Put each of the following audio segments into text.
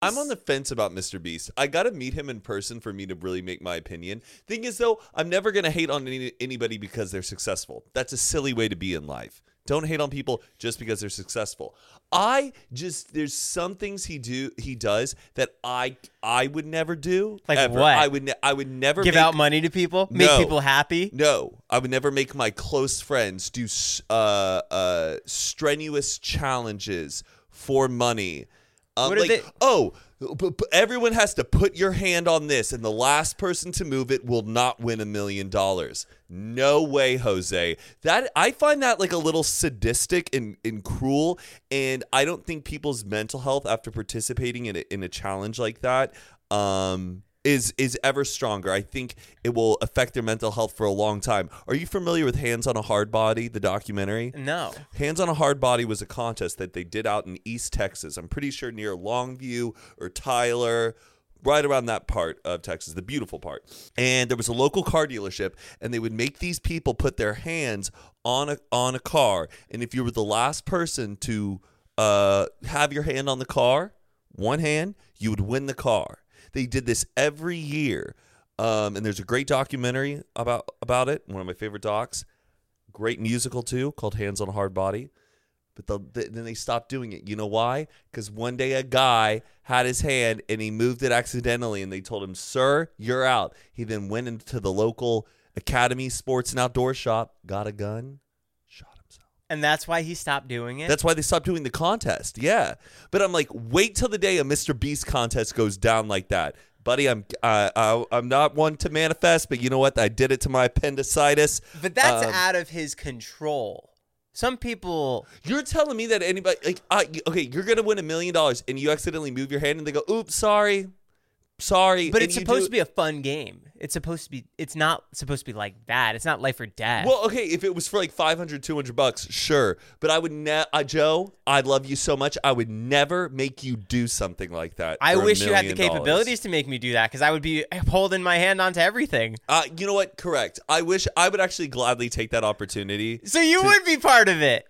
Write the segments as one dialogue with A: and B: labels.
A: I'm on the fence about Mr. Beast. I gotta meet him in person for me to really make my opinion. Thing is, though, I'm never gonna hate on any, anybody because they're successful. That's a silly way to be in life. Don't hate on people just because they're successful. I just there's some things he do he does that I I would never do.
B: Like
A: ever.
B: what?
A: I would ne- I would never
B: Give
A: make-
B: out money to people, make
A: No.
B: people happy.
A: No, I would never make my close friends do s- uh, uh, strenuous challenges for money. Um,
B: What are
A: like,
B: they-
A: oh, p- p- everyone has to put your hand on this, and the last person to move it will not win a million dollars. No way, Jose. That I find that like a little sadistic and, and cruel, and I don't think people's mental health after participating in a, in a challenge like that um, is is ever stronger. I think it will affect their mental health for a long time. Are you familiar with Hands on a Hard Body, the documentary?
B: No.
A: Hands on a Hard Body was a contest that they did out in East Texas. I'm pretty sure near Longview or Tyler, right around that part of Texas, the beautiful part. And there was a local car dealership, and they would make these people put their hands on a on a car, and if you were the last person to uh, have your hand on the car, one hand, you would win the car. They did this every year. Um, and there's a great documentary about about it, one of my favorite docs great musical too called Hands on a Hard Body. But the, the, then they stopped doing it. You know why? Because one day a guy had his hand and he moved it accidentally, and they told him, "Sir, you're out." He then went into the local Academy Sports and Outdoor Shop, got a gun, shot himself.
B: And that's why he stopped doing it.
A: That's why they stopped doing the contest. Yeah, but I'm like, wait till the day a Mr. Beast contest goes down like that, buddy. I'm uh, I, I'm not one to manifest, but you know what? I did it to my appendicitis.
B: but that's
A: Um,
B: out of his control. Some people
A: You're telling me that anybody like I okay, you're gonna win a million dollars and you accidentally move your hand and they go, "Oops, sorry, sorry."
B: But it's supposed to be a fun game. It's supposed to be it's not supposed to be like that. It's not life or death.
A: Well, okay, if it was for like 500, 200 bucks, sure. But I would ne- I, Joe, I love you so much. I would never make you do something like that.
B: I
A: for a
B: wish you had the
A: million dollars.
B: capabilities to make me do that because I would be holding my hand onto everything.
A: Uh, you know what? Correct. I wish I would actually gladly take that opportunity.
B: So you would be part of it.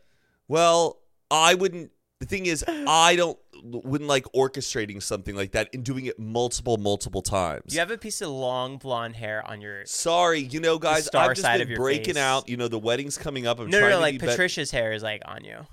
A: Well, I wouldn't. The thing is, I don't wouldn't like orchestrating something like that and doing it multiple, multiple times.
B: You have a piece of long blonde hair on your
A: Sorry, you know, guys,
B: star
A: I've just
B: side
A: been
B: of your
A: breaking
B: face.
A: out. You know, the wedding's coming up. I'm
B: no, no,
A: trying
B: no,
A: to
B: like
A: be bet-
B: Patricia's hair is like on you.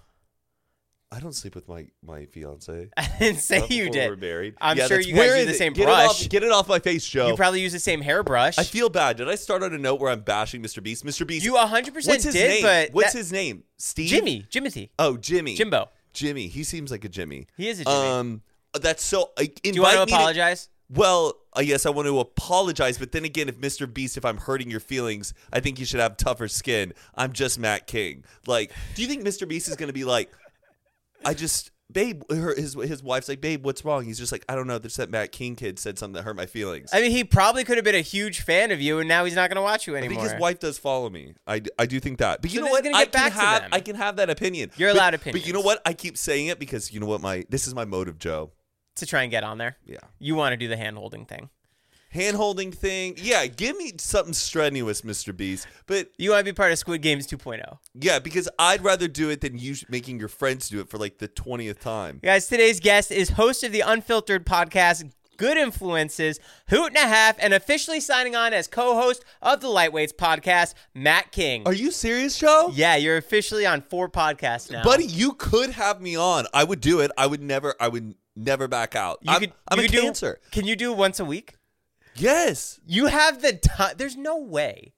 A: I don't sleep with my my fiance.
B: I didn't say you
A: We're
B: did.
A: married.
B: I'm
A: Yeah,
B: sure
A: that's-
B: you guys
A: where
B: use
A: is
B: the
A: it?
B: same
A: get It
B: brush.
A: off, get it off my face, Joe.
B: You probably use the same hairbrush.
A: Oh. I feel bad. Did I start on a note where I'm bashing Mr. Beast? Mr. Beast.
B: you 100 percent
A: what's his
B: did,
A: name?
B: but
A: what's
B: that-
A: his name? Steve.
B: Jimmy, Jimothy,
A: Oh, Jimmy.
B: Jimbo?
A: Jimmy. He seems like a Jimmy.
B: He is a Jimmy.
A: Um, that's so. I invite
B: Do you want
A: me
B: to apologize?
A: Well, uh, yes, I want to apologize, but then again, if Mr. Beast, if I'm hurting your feelings, I think you should have tougher skin. I'm just Matt King. Like, do you think Mr. Beast is going to be like, I just, babe, her, his, his wife's like, babe, what's wrong? He's just like, I don't know. Just that Matt King kid said something that hurt my feelings.
B: I mean, he probably could have been a huge fan of you, and now he's not going to watch you
A: I
B: anymore.
A: think his wife does follow me. I, d- I do think that. But you
B: So
A: know
B: this
A: what?
B: is gonna
A: I
B: get
A: can
B: back to
A: have
B: them.
A: I can have that opinion.
B: You're
A: But-
B: allowed
A: But you
B: opinions.
A: know what? I keep saying it because you know what my this is my motive, Joe.
B: to try and get on there.
A: Yeah.
B: You want to do the hand holding thing.
A: Hand holding thing. Yeah, give me something strenuous, Mr. Beast. But
B: You want to be part of Squid Games oh. 2.0.
A: Yeah, because I'd rather do it than you sh- making your friends do it for like the twentieth time.
B: Guys, today's guest is host of the Unfiltered podcast, Good Influences, Hoot and a Half, and officially signing on as co host of the Lightweights podcast, Matt King.
A: Are you serious, Joe?
B: yeah, you're officially on four podcasts now.
A: buddy, you could have me on. I would do it. I would never. I would never back out.
B: you
A: I'm,
B: could,
A: I'm
B: you
A: a
B: could do-
A: cancer.
B: Can you do once a week?
A: Yes.
B: You have the time. There's no way.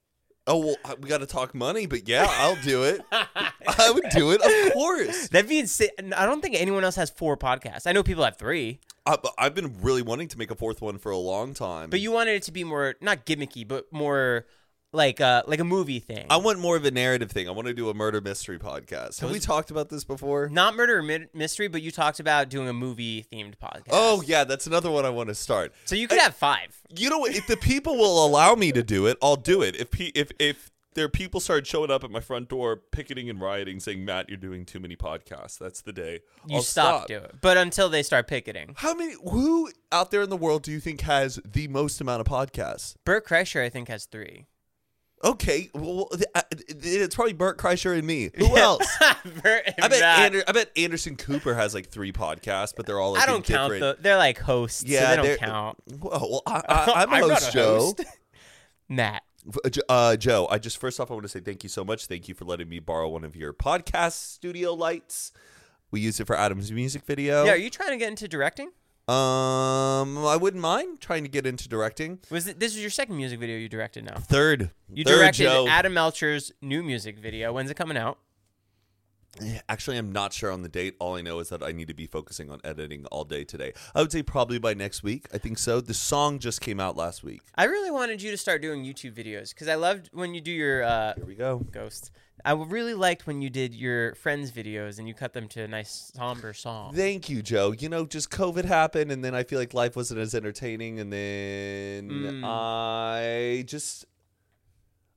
A: Oh well, I- we got to talk money, but yeah, I'll do it. I would do it, of course.
B: That being said, I don't think anyone else has four podcasts. I know people have three,
A: I, but I've been really wanting to make a fourth one for a long time.
B: but you wanted it to be more not gimmicky, but more like uh like a movie thing.
A: I want more of a narrative thing. I want to do a murder mystery podcast. Have we talked about this before?
B: not murder or mi- mystery, but you talked about doing a movie themed podcast.
A: Oh yeah, that's another one I want to start.
B: so you could have five.
A: you know what? If the people will allow me to do it, I'll do it. If pe- if if their people started showing up at my front door, picketing and rioting, saying, "Matt, you're doing too many podcasts," that's the day
B: You
A: I'll
B: stop doing it, but until they start picketing,
A: How many? Who out there in the world do you think has the most amount of podcasts?
B: Bert Kreischer I think has three.
A: Okay, well, th- I- th- it's probably Bert Kreischer and me. Who else?
B: Ver-
A: I bet
B: nah,
A: Ander- I bet Anderson Cooper has like three podcasts, but they're all like
B: I
A: in
B: don't count
A: different.
B: though. They're like hosts.
A: Yeah,
B: Yeah, so they
A: they're-
B: don't count.
A: Whoa, well, I, I, I'm a
B: I'm not
A: host,
B: a
A: Joe.
B: host. Matt.
A: Uh, Jo- Uh, Joe, I just first off, I want to say thank you so much. Thank you for letting me borrow one of your podcast studio lights. We used it for Adam's music video.
B: Yeah, are you trying to get into directing?
A: Um, I wouldn't mind trying to get into directing.
B: Was it, this is your second music video you directed now?
A: Third,
B: You
A: third
B: directed
A: Joe.
B: Adam Melcher's new music video. When's it coming out?
A: Actually, I'm not sure on the date. All I know is that I need to be focusing on editing all day today. I would say probably by next week. I think so. The song just came out last week.
B: I really wanted you to start doing YouTube videos because I loved when you do your uh,
A: Here we go.
B: ghosts. I really liked when you did your friends videos and you cut them to a nice somber song.
A: Thank you, Joe. You know, just COVID happened, and then I feel like life wasn't as entertaining, and then
B: Mm.
A: I just,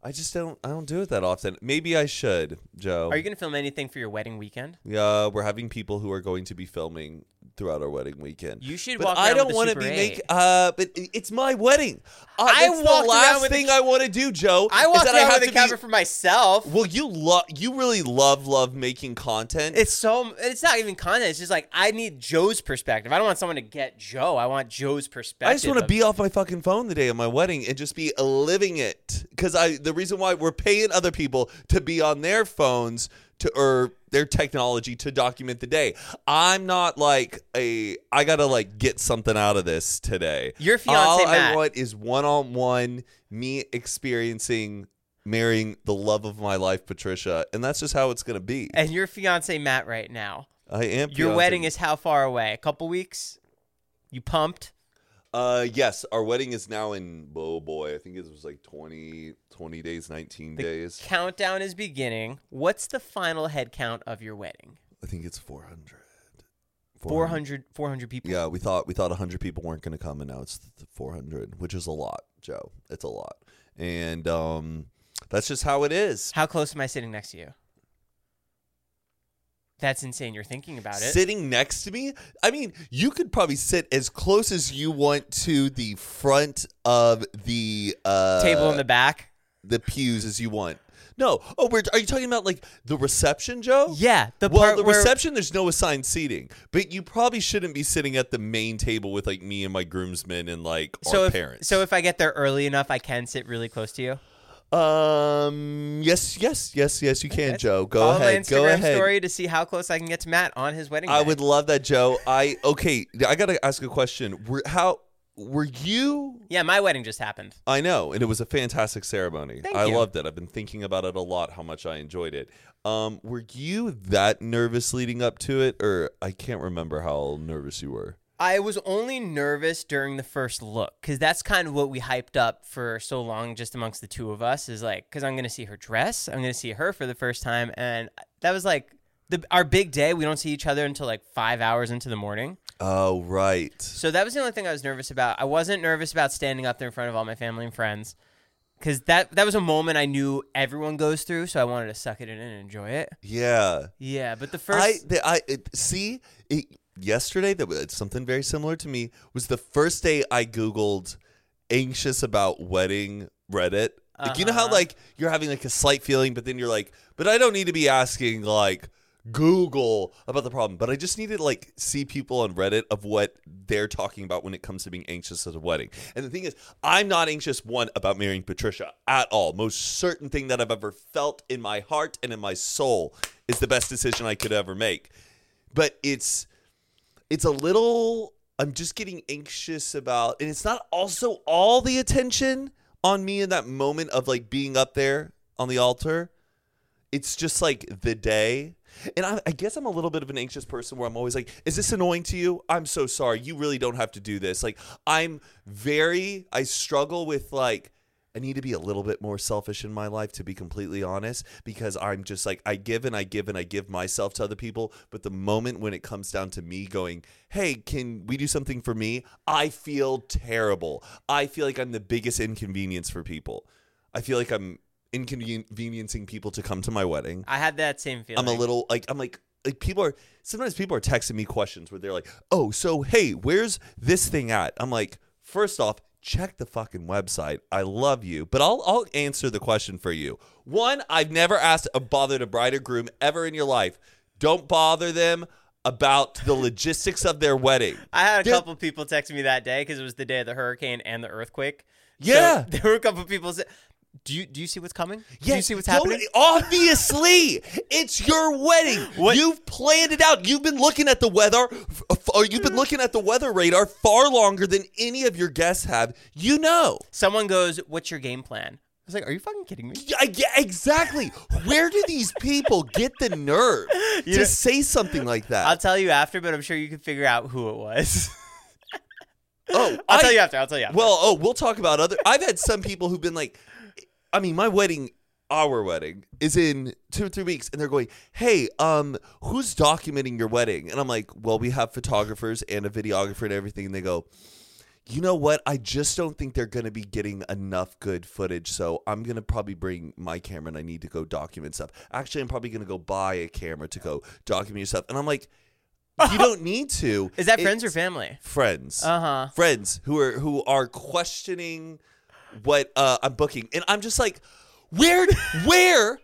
A: I just don't, I don't do it that often. Maybe I should, Joe.
B: Are you gonna film anything for your wedding weekend?
A: yeah, we're having people who are going to be filming throughout our wedding weekend.
B: You should
A: But
B: walk.
A: I
B: around
A: don't
B: with a
A: want to
B: Super
A: be
B: 8.
A: making. Uh, but i- it's my wedding. Uh,
B: I
A: that's
B: walked
A: the last
B: around with a
A: thing
B: ca-
A: I want to do, Joe.
B: I
A: is
B: walked
A: that
B: around
A: have
B: with a
A: to be-
B: camera for myself.
A: Well, you love, you really love, love making content.
B: It's so. It's not even content. It's just like I need Joe's perspective. I don't want someone to get Joe. I want Joe's perspective.
A: I just want to
B: of-
A: be off my fucking phone the day of my wedding and just be living it. Because I, the reason why we're paying other people to be on their phones to or their technology to document the day. I'm not like a. I gotta like get something out of this today.
B: Your fiance,
A: All I
B: Matt.
A: want is one on one me experiencing marrying the love of my life, Patricia, and that's just how it's gonna be.
B: and your fiance Matt right now.
A: I am.
B: Your
A: fiancé.
B: wedding is how far away? A couple weeks? You pumped?
A: Uh, yes, our wedding is now in, oh boy, I think it was like 20, 20 days, 19 days.
B: Countdown is beginning. What's the final head count of your wedding?
A: I think it's 400.
B: 400, 400 people.
A: Yeah, we thought we thought 100 people weren't going to come and now it's th- 400, which is a lot, Joe. It's a lot. And um that's just how it is.
B: How close am I sitting next to you? That's insane. You're thinking about it.
A: Sitting next to me? I mean, you could probably sit as close as you want to the front of the uh
B: Table in the back.
A: the pews as you want. No. Oh, we're, are you talking about like the reception, Joe?
B: Yeah, the
A: well,
B: part
A: the
B: where
A: reception, there's no assigned seating, but you probably shouldn't be sitting at the main table with like me and my groomsmen and like
B: so
A: our
B: if,
A: parents.
B: So if I get there early enough, I can sit really close to you.
A: um, yes, yes, yes, yes, you can, Joe. Go
B: Follow
A: ahead,
B: my Instagram
A: go ahead.
B: story to see how close I can get to Matt on his wedding.
A: I
B: day.
A: would love that, Joe. I okay. I gotta ask a question. Were, how were you?
B: Yeah, my wedding just happened.
A: I know, and it was a fantastic ceremony.
B: Thank
A: I
B: you.
A: loved it. I've been thinking about it a lot. How much I enjoyed it. Um, were you that nervous leading up to it, or I can't remember how nervous you were.
B: I was only nervous during the first look because that's kind of what we hyped up for so long, just amongst the two of us, is like because I'm gonna see her dress, I'm gonna see her for the first time, and that was like the our big day. We don't see each other until like five hours into the morning,
A: Oh, right.
B: so that was the only thing I was nervous about. I wasn't nervous about standing up there in front of all my family and friends because that that was a moment I knew everyone goes through, so I wanted to suck it in and enjoy it.
A: Yeah.
B: Yeah, but the first
A: I the, I it, see it, yesterday that was something very similar to me was the first day I googled anxious about wedding Reddit. Like you know how
B: Uh-huh.
A: like you're having like a slight feeling but then you're like but I don't need to be asking like Google about the problem, but I just needed to like see people on Reddit of what they're talking about when it comes to being anxious at a wedding. And the thing is, I'm not anxious one about marrying Patricia at all. Most certain thing that I've ever felt in my heart and in my soul is the best decision I could ever make. But it's it's a little I'm just getting anxious about and it's not also all the attention on me in that moment of like being up there on the altar. It's just like the day. And I, I guess I'm a little bit of an anxious person where I'm always like, is this annoying to you? I'm so sorry. You really don't have to do this. Like, I'm very, I struggle with like, I need to be a little bit more selfish in my life, to be completely honest, because I'm just like, I give and I give and I give myself to other people. But the moment when it comes down to me going, hey, can we do something for me? I feel terrible. I feel like I'm the biggest inconvenience for people. I feel like I'm inconveniencing people to come to my wedding.
B: I had that same
A: I'm
B: feeling.
A: a little like I'm like like people are sometimes people are texting me questions where they're like, "Oh, so hey, where's this thing at?" I'm like, "First off, check the fucking website. I love you, but I'll I'll answer the question for you. One, I've never asked a bothered a bride or groom ever in your life. Don't bother them about the logistics of their wedding.
B: I had a
A: Dude.
B: couple people text me that day because it was the day of the hurricane and the earthquake. So
A: Yeah.
B: there were a couple people. Say, do you do you see what's coming? do you see what's
A: don't- e,
B: happening?
A: Obviously, it's your wedding. You've planned it out. You've been looking at the weather, f- or you've been looking at the weather radar far longer than any of your guests have. You know.
B: Someone goes, "What's your game plan?" I was like, "Are you fucking kidding me?"
A: Yeah, yeah, exactly. Where do these people get the nerve to
B: know-
A: say something like that?
B: I'll tell you after, but I'm sure you can figure out who it was.
A: oh,
B: I'll
A: I-
B: tell you after. I'll tell you after.
A: Well, oh, we'll talk about other. I've had some people who've been like, I mean, my wedding, our wedding, is in two or three weeks, and they're going, "Hey, um, who's documenting your wedding?" And I'm like, "Well, we have photographers and a videographer and everything." And they go, "You know what? I just don't think they're going to be getting enough good footage, so I'm going to probably bring my camera, and I need to go document stuff. Actually, I'm probably going to go buy a camera to go document your stuff." And I'm like. You don't need to.
B: is that friends or
A: It's-
B: family?
A: friends?
B: Uh huh.
A: friends who are who are questioning what uh, I'm booking, and I'm just like, where where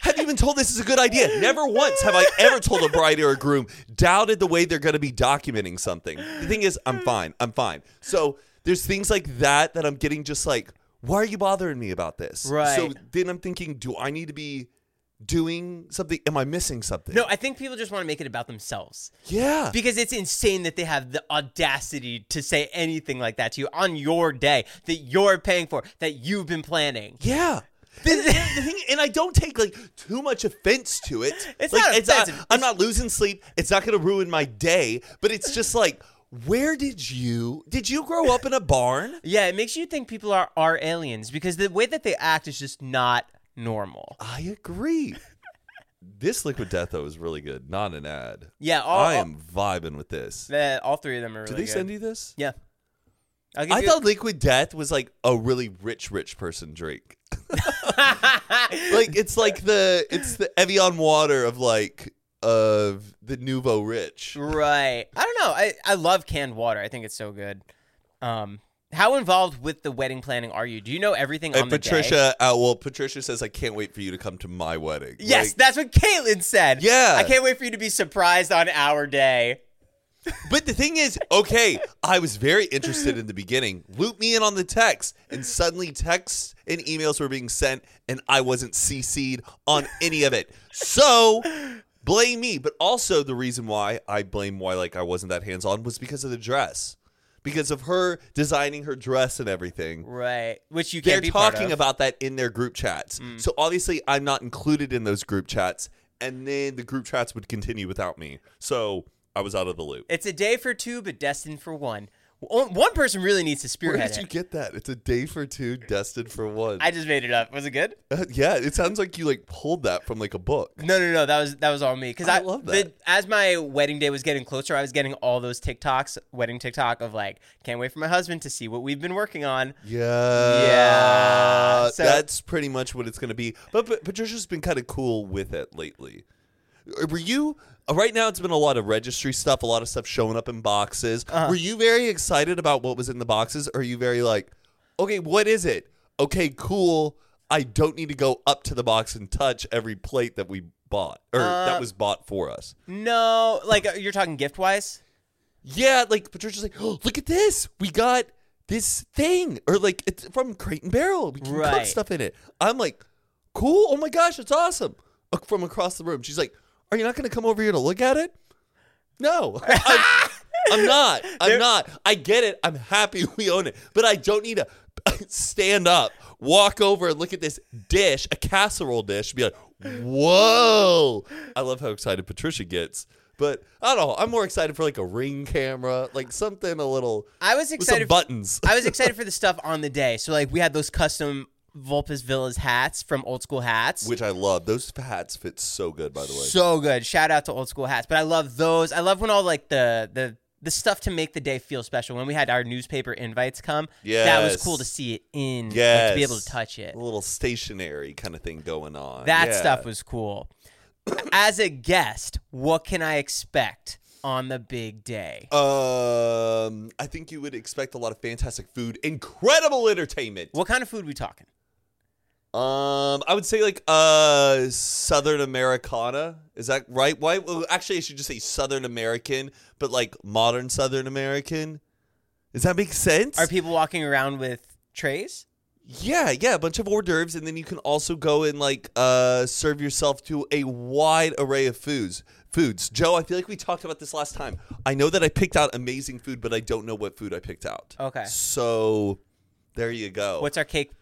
A: have you been told this is a good idea? Never once have I ever told a bride or a groom doubted the way they're going to be documenting something. The thing is, I'm fine. I'm fine. So there's things like that that I'm getting just like, why are you bothering me about this? So
B: Right.
A: then I'm thinking, do I need to be doing something? Am I missing something?
B: No, I think people just want to make it about themselves
A: Yeah.
B: because it's insane that they have the audacity to say anything like that to you on your day that you're paying for, that you've been planning.
A: Yeah. And, and the thing, and I don't take like too much offense to it.
B: It's
A: like,
B: not
A: it's
B: offensive.
A: I'm not losing sleep. It's not going to ruin my day. But it's just like, where did you did you grow up in a barn?
B: Yeah, it makes you think people are are aliens because the way that they act is just not normal.
A: I agree. This liquid death though is really good. Not an ad.
B: Yeah, all
A: I am vibing with this.
B: all, uh, all three of them are
A: Did
B: Oh, really
A: they
B: good.
A: send you this?
B: yeah. I'll give
A: I
B: you-
A: thought liquid death was like a really rich, rich person drink. like it's like the it's the Evian water of like of the nouveau rich.
B: right. I don't know. I, I love canned water. I think it's so good. Um, how involved with the wedding planning are you? Do you know everything on
A: And
B: the day?
A: Patricia, uh, well, Patricia says, I can't wait for you to come to my wedding.
B: Yes,
A: Like,
B: that's what Caitlin said.
A: Yeah.
B: I can't wait for you to be surprised on our day.
A: but the thing is, okay, I was very interested in the beginning. Loop me in on the text. And suddenly texts and emails were being sent, and I wasn't CC'd on any of it. So blame me. But also, the reason why I blame why like I wasn't that hands on was because of the dress. Because of her designing her dress and everything.
B: Right. Which you
A: they're
B: can't be
A: talking
B: part of.
A: about that in their group chats. So obviously, I'm not included in those group chats, and then the group chats would continue without me. So I was out of the loop.
B: It's a day for two, but destined for one. O- One person really needs to
A: Where
B: spearhead
A: did you
B: it.
A: get that? It's a day for two, destined for one. Uh,
B: I just made it up. Was it good?
A: yeah, it sounds like you like pulled that from like a book.
B: No, no, no. That was that was all me. Because
A: I
B: I,
A: love
B: the-
A: that.
B: as my wedding day was getting closer, I was getting all those TikToks, wedding TikTok of like, can't wait for my husband to see what we've been working on.
A: Yeah,
B: Yeah, so-
A: that's pretty much what it's gonna be. But, but Patricia's been kind of cool with it lately. Were you uh, right now? It's been a lot of registry stuff, a lot of stuff showing up in boxes. Were you very excited about what was in the boxes? Or are you very like, okay, what is it? Okay, cool. I don't need to go up to the box and touch every plate that we bought or that was bought for us.
B: No, like uh, you're talking gift wise.
A: Yeah, like Patricia's like, oh, look at this. We got this thing. Or like it's from Crate and Barrel. We can cook
B: Right.
A: stuff in it. I'm like, cool. Oh my gosh, it's awesome. Uh, From across the room. She's like, Are you not gonna come over here to look at it? No. I'm, I'm not. I'm
B: There-
A: not. I get it. I'm happy we own it. But I don't need to stand up, walk over and look at this dish, a casserole dish, and be like, whoa. I love how excited Patricia gets. But I don't know. I'm more excited for like a ring camera, like something a little
B: I was
A: with some
B: excited.
A: buttons.
B: I was excited for the stuff on the day. So like we had those custom Vulpes Villas hats from Old School Hats.
A: Which I love. Those hats fit so good, by the way.
B: so good. Shout out to old school hats. But I love those. I love when all like the the the stuff to make the day feel special. When we had our newspaper invites come, that was
A: Yes.
B: cool to see it in, like,
A: Yes.
B: to be able to touch it.
A: A little stationary kind of thing going on.
B: That
A: Yeah.
B: stuff was cool. As a guest, what can I expect?
C: on the big day.
A: Um, I think you would expect a lot of fantastic food, incredible entertainment.
C: What kind of food we talking?
A: Um, I would say like uh Southern Americana. Is that right? Why? Well, actually, I should just say Southern American, but like modern Southern American. Does that make sense?
C: Are people walking around with trays?
A: yeah, yeah, a bunch of hors d'oeuvres, and then you can also go and like uh serve yourself to a wide array of foods. Foods, Joe. I feel like we talked about this last time. I know that I picked out amazing food, but I don't know what food I picked out.
C: Okay.
A: So, there you go.
C: What's our cake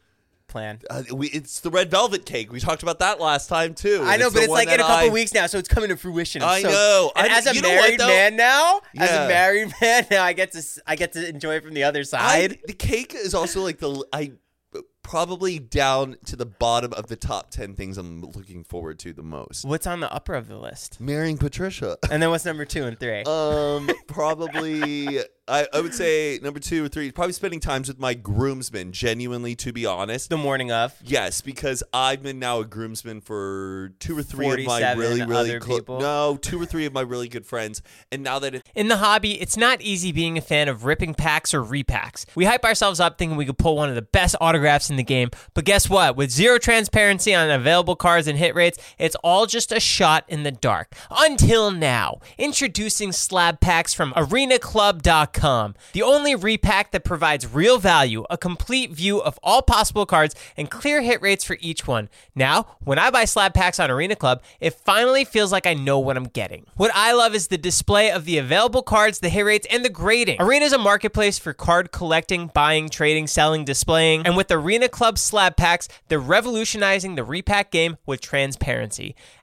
C: plan?
A: Uh, we, it's the red velvet cake. We talked about that last time too.
C: I know,
A: the
C: but it's
A: one
C: like in a
A: that
C: couple
A: I-
C: weeks now, so it's coming to fruition. I'm
A: I
C: so-
A: know.
C: And
A: I-
C: as a
A: you know what,
C: married
A: though?
C: man now, as
A: Yeah.
C: a married man now, I get to s- I get to enjoy it from the other
A: I-
C: side.
A: the cake is also like the I probably down to the bottom of the top ten things I'm looking forward to the most.
C: What's on the upper of the list?
A: Marrying Patricia.
C: And then what's number two and three?
A: Um, probably I, I would say number two or three. Probably spending times with my groomsmen. Genuinely, to be honest.
C: the morning of.
A: Yes, because I've been now a groomsman for two or three of my
C: 47
A: really, really
C: other
A: close.
C: people.
A: No, two or three of my really good friends, and now that it's
B: In the hobby, it's not easy being a fan of ripping packs or repacks. We hype ourselves up thinking we could pull one of the best autographs in the game, but guess what? With zero transparency on available cards and hit rates, it's all just a shot in the dark. Until now, introducing slab packs from arenaclub.com, the only repack that provides real value, a complete view of all possible cards, and clear hit rates for each one. Now, when I buy slab packs on Arena Club, it finally feels like I know what I'm getting. What I love is the display of the available cards, the hit rates, and the grading. Arena is a marketplace for card collecting, buying, trading, selling, displaying, and with Arena Club slab packs, they're revolutionizing the repack game with transparency.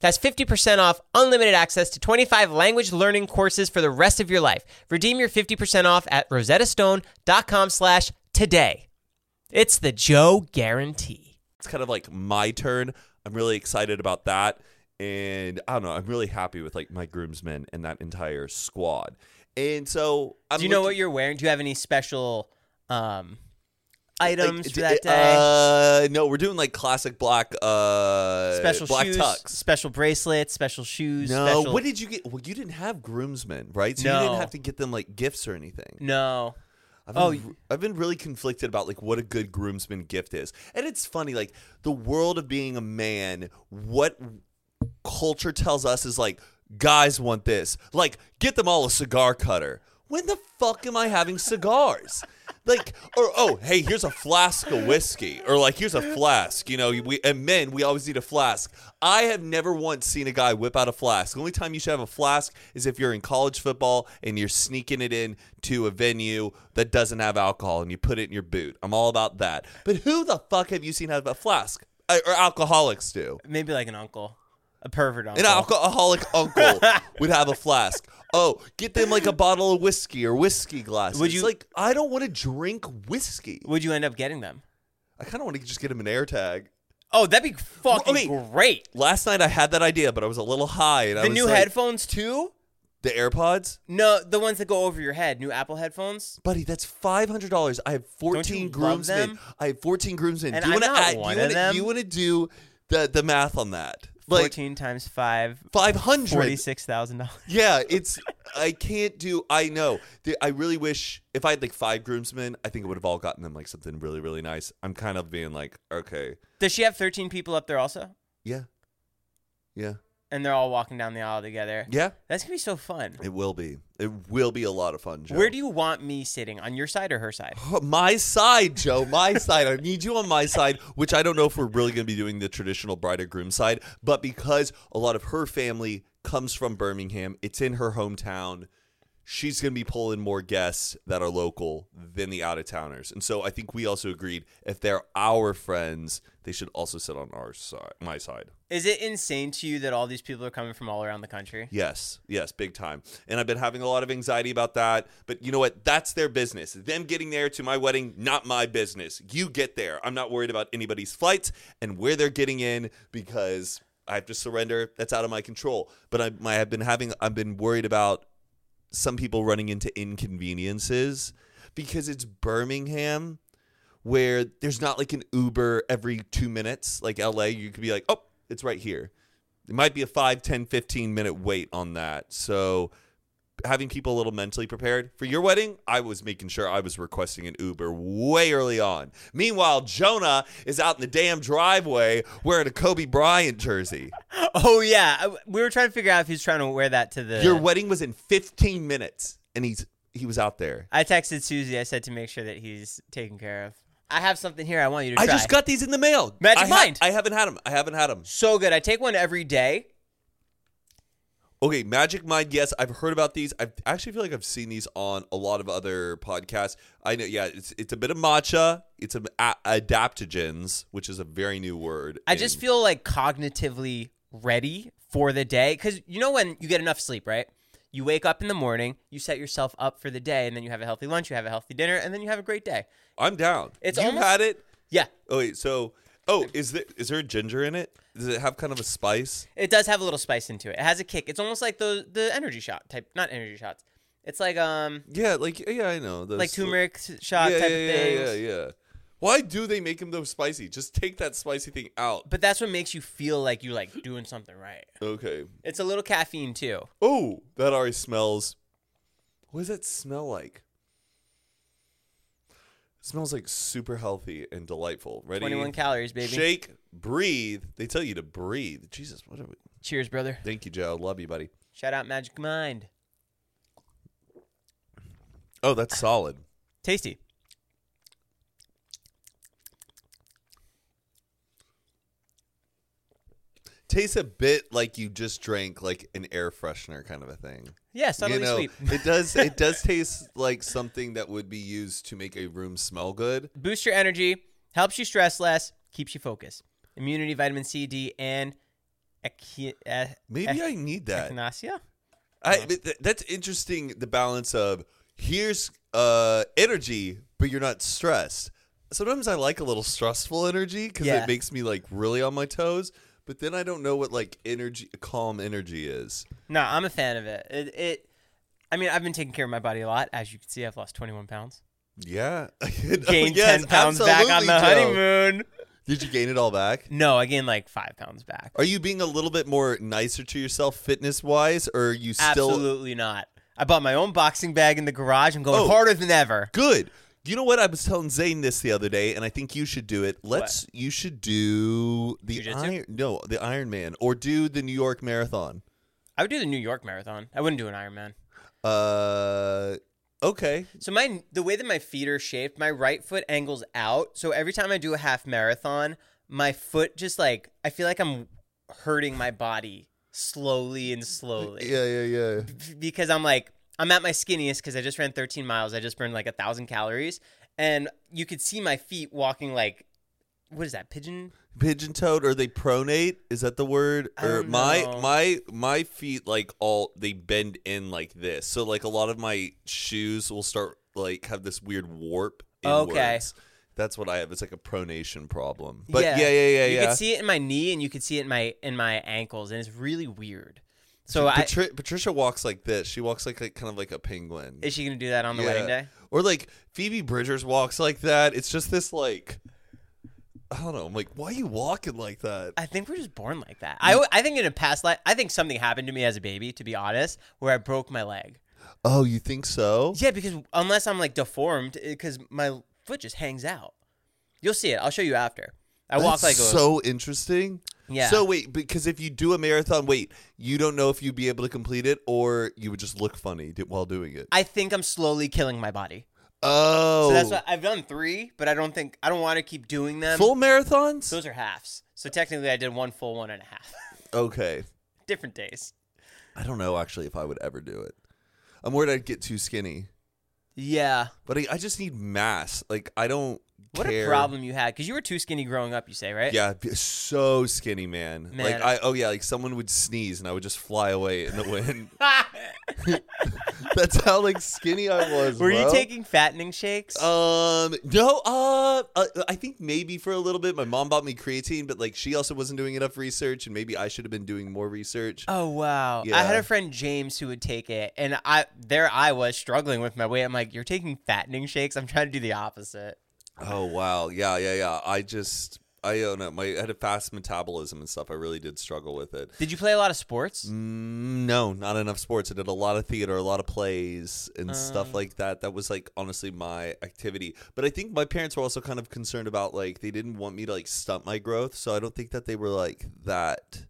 B: That's 50% off unlimited access to 25 language learning courses for the rest of your life. Redeem your 50% off at rosettastone.com slash today. It's the Joe guarantee.
A: it's kind of like my turn. I'm really excited about that. And I don't know, I'm really happy with like my groomsmen and that entire squad. And so I'm
C: Do you know
A: looking-
C: what you're wearing? Do you have any special um, items
A: like,
C: for
A: d-
C: that day?
A: Uh no, we're doing like classic black uh
C: special
A: black
C: shoes,
A: tux.
C: special bracelets, special shoes.
A: No,
C: special...
A: what did you get? Well, you didn't have groomsmen, right? So you
C: No.
A: didn't have to get them like gifts or anything.
C: No.
A: I've been,
C: Oh,
A: re- I've been really conflicted about like what a good groomsman gift is, and it's funny like the world of being a man, what culture tells us is like guys want this, like get them all a cigar cutter. When the fuck am I having cigars? Like, or oh, hey, here's a flask of whiskey, or like here's a flask. You know, we and men we always need a flask. I have never once seen a guy whip out a flask. The only time you should have a flask is if you're in college football and you're sneaking it in to a venue that doesn't have alcohol and you put it in your boot. I'm all about that. But who the fuck have you seen have a flask? Uh, Or alcoholics do.
B: Oh.
C: Maybe like an uncle, a pervert uncle.
A: An alcoholic uncle would have a flask. oh, get them like a bottle of whiskey or whiskey glasses.
B: Would you-
A: like? I don't want to drink whiskey.
B: Would you end up getting them?
A: I kind of want to just get him an air tag.
B: Oh, that'd be fucking
A: Wait.
B: great.
A: Last night I had that idea, but I was a little high, and I
B: The
A: was
B: new
A: like,
B: headphones too?
A: the AirPods,
B: No, the ones that go over your head. New Apple headphones.
A: buddy. That's five hundred dollars. I have
B: you
A: fourteen
B: love
A: groomsmen.
B: them?
A: I have fourteen groomsmen.
B: And
A: do you
B: I'm
A: wanna
B: not
A: add-
B: one
A: you
B: of
A: wanna,
B: them.
A: You want to do the the math on that? Like
B: Fourteen times five.
A: five hundred.
B: Forty-six thousand dollars.
A: Yeah, it's I can't do. I know. The- I really wish if I had like five groomsmen, I think I would have all gotten them like something really really nice. I'm kind of being like, okay,
B: Does she have thirteen people up there also?
A: yeah, yeah,
B: And they're all walking down the aisle together.
A: yeah.
B: That's gonna be so fun.
A: It will be. It will be a lot of fun. Joe.
B: Where do you want me sitting? On your side or her side?
A: My side, Joe. My side. I need you on my side, which I don't know if we're really going to be doing the traditional bride or groom side, but because a lot of her family comes from Birmingham, it's in her hometown. She's going to be pulling more guests that are local than the out of towners, and so I think we also agreed if they're our friends, they should also sit on our side, my side.
B: Is it insane to you that all these people are coming from all around the country?
A: Yes, yes, big time. And I've been having a lot of anxiety about that. But you know what? That's their business. Them getting there to my wedding, not my business. You get there. I'm not worried about anybody's flights and where they're getting in because I have to surrender. That's out of my control. But I, my, I've been having, I've been worried about some people running into inconveniences because it's Birmingham where there's not like an Uber every two minutes. Like LA, you could be like, oh, it's right here. It might be a 5, 10, 15 minute wait on that. So having people a little mentally prepared for your wedding, I was making sure I was requesting an Uber way early on. Meanwhile, Jonah is out in the damn driveway wearing a Kobe Bryant jersey.
B: Oh yeah, I- we were trying to figure out if he's trying to wear that to the.
A: Your wedding was in 15 minutes and he's he was out there.
B: I texted Susie. I said to make sure that he's taken care of. I have something here. I want you to.
A: I
B: try.
A: just got these in the mail.
B: Magic
A: I ha-
B: Mind.
A: I haven't had them. I haven't had them.
B: so good. I take one every day.
A: Okay, Magic Mind. Yes, I've heard about these. I actually feel like I've seen these on a lot of other podcasts. I know. Yeah, it's it's a bit of matcha. It's a, a- adaptogens, which is a very new word.
B: I just
A: in-
B: feel like cognitively ready for the day because you know when you get enough sleep, right? You wake up in the morning, you set yourself up for the day, and then you have a healthy lunch, you have a healthy dinner, and then you have a great day.
A: I'm down.
B: It's
A: you
B: almost-
A: had it.
B: Yeah,
A: Oh wait, so oh, is there is there ginger in it? Does it have kind of a spice?
B: it does have a little spice into it. It has a kick. It's almost like the the energy shot type, not energy shots. It's like um
A: Yeah, like yeah, I know. those-
B: like turmeric s-
A: Yeah,
B: shot
A: yeah,
B: type
A: yeah,
B: of things.
A: yeah, yeah. Why do they make them though spicy? Just take that spicy thing out.
B: But that's what makes you feel like you're like doing something right.
A: Okay.
B: It's a little caffeine too.
A: Oh, that already smells. What does that smell like? It smells like super healthy and delightful. Ready?
B: 21 calories, baby.
A: Shake, breathe. They tell you to breathe. Jesus, what are we?
B: Cheers, brother.
A: Thank you, Joe. Love you, buddy.
B: Shout out Magic Mind.
A: Oh, that's solid.
B: Tasty.
A: Tastes a bit like you just drank like an air freshener kind of a thing.
B: Yeah, subtly
A: you know,
B: sweet.
A: it does. It does taste like something that would be used to make a room smell good.
B: Boosts your energy, helps you stress less, keeps you focused. Immunity, vitamin C, D, and echi- eh,
A: Maybe I need that.
B: echinacea.
A: I but th- that's interesting. The balance of here's uh energy, but you're not stressed. Sometimes I like a little stressful energy because
B: Yeah.
A: it makes me like really on my toes. But then I don't know what like energy, calm energy is.
B: No, I'm a fan of it. it. It, I mean, I've been taking care of my body a lot. As you can see, I've lost 21 pounds.
A: Yeah, Oh, gained
B: Gained 10 pounds back on the honeymoon.
A: Did you gain it all back?
B: No, I gained like five pounds back.
A: Are you being a little bit more nicer to yourself, fitness wise, or are you still
B: Absolutely not. I bought my own boxing bag in the garage. I'm going
A: Oh.
B: harder than ever.
A: good? You know what? I was telling Zane this the other day, and I think you should do it. Let's you should do the
B: Jujitsu?
A: iron no the Iron Man or do the New York Marathon.
B: I would do the New York Marathon. I wouldn't do an Ironman.
A: Uh, okay.
B: So my the way that my feet are shaped, my right foot angles out. So every time I do a half marathon, my foot just like I feel like I'm hurting my body slowly and slowly
A: Yeah, yeah, yeah.
B: because I'm like I'm at my skinniest because I just ran 13 miles. I just burned like a thousand calories, and you could see my feet walking like what is that pigeon?
A: pigeon toed or they pronate is that the word
B: I
A: or
B: don't
A: my
B: know.
A: my my feet like all they bend in like this so like a lot of my shoes will start like have this weird warp
B: Okay.
A: inwards. that's what i have it's like a pronation problem but yeah
B: Yeah.
A: yeah yeah yeah,
B: you could see it in my knee and you could see it in my in my ankles, and it's really weird. So I,
A: Patri- patricia walks like this she walks like, like kind of like a penguin
B: is she gonna do that on the
A: Yeah.
B: wedding day?
A: or like phoebe bridgers walks like that it's just this like i don't know i'm like why are you walking like that
B: I think we're just born like that. I, I think in a past life, I think something happened to me as a baby, to be honest, where I broke my leg.
A: oh you think so
B: Yeah, because unless I'm like deformed, because my foot just hangs out. You'll see it. I'll show you after. I walk
A: That's
B: like a,
A: so interesting.
B: Yeah.
A: So wait, because if you do a marathon, wait, you don't know if you'd be able to complete it, or you would just look funny d- while doing it.
B: I think I'm slowly killing my body.
A: oh,
B: So that's why I've done three, but I don't think I don't want to keep doing them.
A: full marathons.
B: Those are halves. So technically, I did one full, one and a half,
A: okay,
B: different days.
A: I don't know actually if I would ever do it. I'm worried I'd get too skinny,
B: Yeah.
A: but I, I just need mass. Like I don't.
B: What
A: care.
B: a problem you had because you were too skinny growing up. You say right?
A: Yeah, b- so skinny, man. Like
B: Man.
A: I, oh yeah, like someone would sneeze and I would just fly away in the wind. That's how like skinny I was.
B: Were you
A: bro.
B: taking fattening shakes?
A: Um, no, uh, uh, I think maybe for a little bit, my mom bought me creatine, but like she also wasn't doing enough research, and maybe I should have been doing more research.
B: Oh wow! I had
A: Yeah.
B: a friend James who would take it, and I there I was struggling with my weight. I'm like, you're taking fattening shakes. I'm trying to do the opposite.
A: Oh wow, yeah, yeah, yeah. I just, I don't know. My I had a fast metabolism and stuff. I really did struggle with it.
B: Did you play a lot of sports?
A: Mm, no, not enough sports. I did a lot of theater, a lot of plays and stuff
B: Um.
A: like that. That was like honestly my activity. But I think my parents were also kind of concerned about like they didn't want me to like stunt my growth, so I don't think that they were like that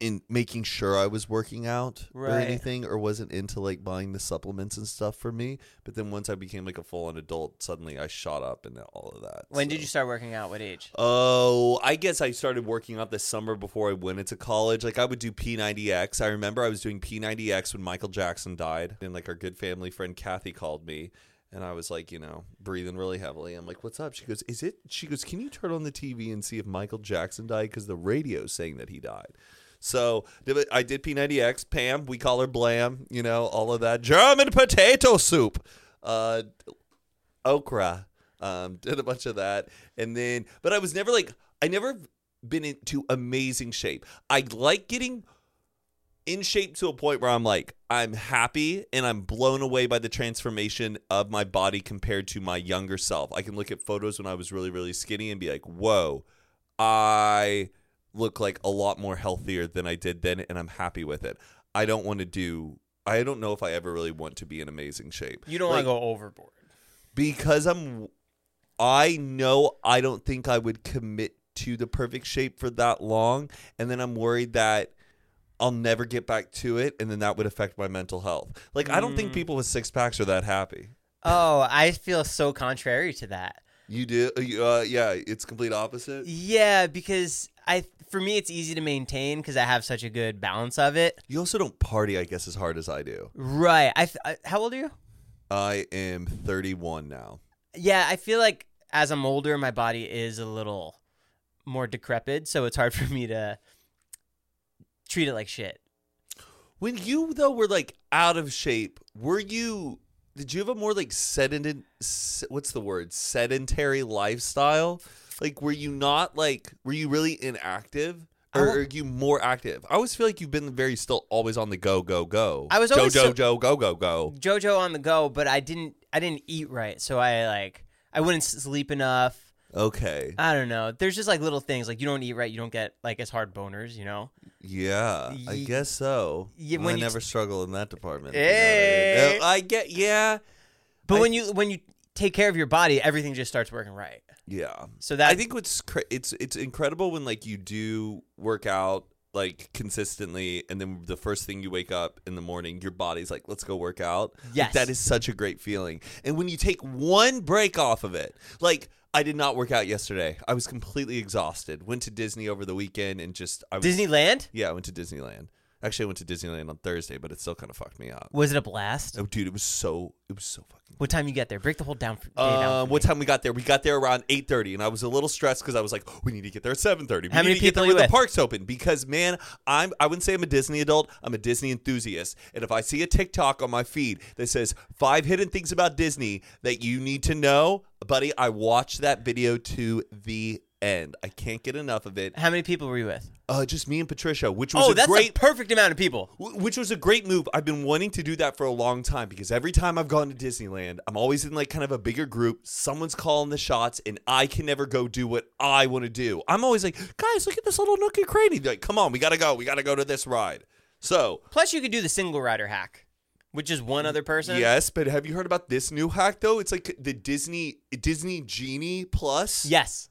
A: in making sure I was working out or
B: Right.
A: anything or wasn't into like buying the supplements and stuff for me. But then once I became like a full-on adult, suddenly I shot up and all of that.
B: When
A: so.
B: did you start working out? What age?
A: Oh, I guess I started working out this summer before I went into college. Like I would do P90X. I remember I was doing P90X when Michael Jackson died, and like our good family friend Kathy called me, and I was like, you know, breathing really heavily. I'm like, "What's up?" She goes, "Is it?" She goes, "Can you turn on the TV and see if Michael Jackson died because the radio's saying that he died." So did it- I did P90X. Pam, we call her Blam. You know, all of that German potato soup. Uh, okra. Um, did a bunch of that, and then, but I was never like, I never been into amazing shape. I like getting in shape to a point where I'm like, I'm happy and I'm blown away by the transformation of my body compared to my younger self. I can look at photos when I was really, really skinny and be like, whoa, I look like a lot more healthier than I did then, and I'm happy with it. I don't want to do. I don't know if I ever really want to be in amazing shape
B: You don't
A: Like-
B: want to go overboard.
A: because I'm I know I don't think I would commit to the perfect shape for that long and then I'm worried that I'll never get back to it and then that would affect my mental health. Like I don't think people with six packs are that happy.
B: Oh, I feel so contrary to that.
A: You do you, uh, yeah, it's complete opposite.
B: Yeah, because I for me it's easy to maintain because I have such a good balance of it.
A: You also don't party I guess as hard as I do.
B: Right. I, f- I- how old are you?
A: I am 31 now.
B: Yeah, I feel like as I'm older, my body is a little more decrepit, so it's hard for me to treat it like shit.
A: When you though were like out of shape, were you did you have a more like sedentary what's the word sedentary lifestyle? Like were you not like were you really inactive or
B: I wa-
A: are you more active? I always feel like you've been very still always on the go go go.
B: I was
A: go
B: always
A: go
B: so-
A: go go go go.
B: JoJo on the go, but I didn't I didn't eat right, so I like I wouldn't s- sleep enough.
A: Okay.
B: I don't know. There's just like little things like you don't eat right, you don't get like as hard boners, you know.
A: Yeah, I
B: Ye-
A: guess so.
B: Yeah,
A: Well,
B: when
A: I
B: you Eh.
A: never struggle in that department. you know what I mean?
B: Hey.
A: No, I get yeah.
B: But
A: I-
B: when you when you take care of your body, everything just starts working right.
A: Yeah.
B: So that
A: I think what's cra- it's it's incredible when like you do work out like consistently, and then the first thing you wake up in the morning, your body's like, "Let's go work out." Like,
B: Yes.
A: that is such a great feeling. And when you take one break off of it, like I did not work out yesterday. I was completely exhausted. Went to Disney over the weekend and just I was
B: Disneyland.
A: yeah, I went to Disneyland. Actually, I went to Disneyland on Thursday, but it still kind of fucked me up.
B: Was it a blast?
A: Oh, dude, it was so it was so fucking.
B: What time you get there? Break the whole down. For, day down
A: Um,
B: for
A: what
B: me.
A: time we got there? We got there around eight thirty, and I was a little stressed because I was like, "We need to get there at seven thirty. We
B: How
A: need
B: many
A: to get
B: people
A: there
B: are you
A: when the
B: with?
A: park's open." Because man, I'm I wouldn't say I'm a Disney adult. I'm a Disney enthusiast, and if I see a TikTok on my feed that says five hidden things about Disney that you need to know, buddy, I watch that video to the end. I can't get enough of it.
B: How many people were you with?
A: Uh, just me and Patricia, which was
B: Oh,
A: a
B: that's
A: great
B: the perfect amount of people.
A: Wh- which was a great move. I've been wanting to do that for a long time because every time I've gone to Disneyland, I'm always in like kind of a bigger group. Someone's calling the shots, and I can never go do what I want to do. I'm always like, guys, look at this little nook and cranny. They're like, come on, we gotta go. We gotta go to this ride. So
B: Plus, you could do the single rider hack, which is one other person.
A: yes, but have you heard about this new hack though? It's like the Disney Disney Genie Plus.
B: Yes.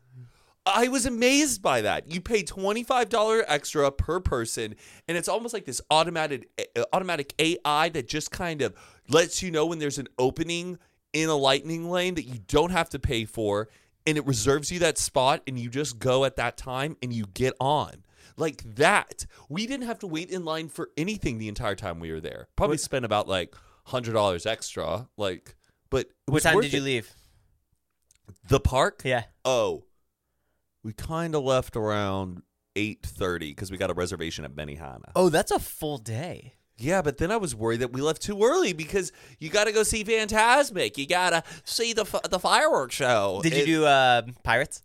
A: I was amazed by that. You pay twenty five dollar extra per person, and it's almost like this automated uh, automatic AI that just kind of lets you know when there's an opening in a lightning lane that you don't have to pay for, and it reserves you that spot, and you just go at that time and you get on. Like that, we didn't have to wait in line for anything the entire time we were there. Probably spent about like hundred dollars extra. Like, but it
B: What
A: was
B: time
A: worth
B: did you
A: it.
B: leave?
A: The park
B: Yeah.
A: oh we kind of left around 8.30 because we got a reservation at benihana
B: Oh, that's a full day.
A: yeah but then i was worried that we left too early because you gotta go see phantasmic you gotta see the f- the fireworks show
B: Did you
A: It-
B: do uh, Pirates?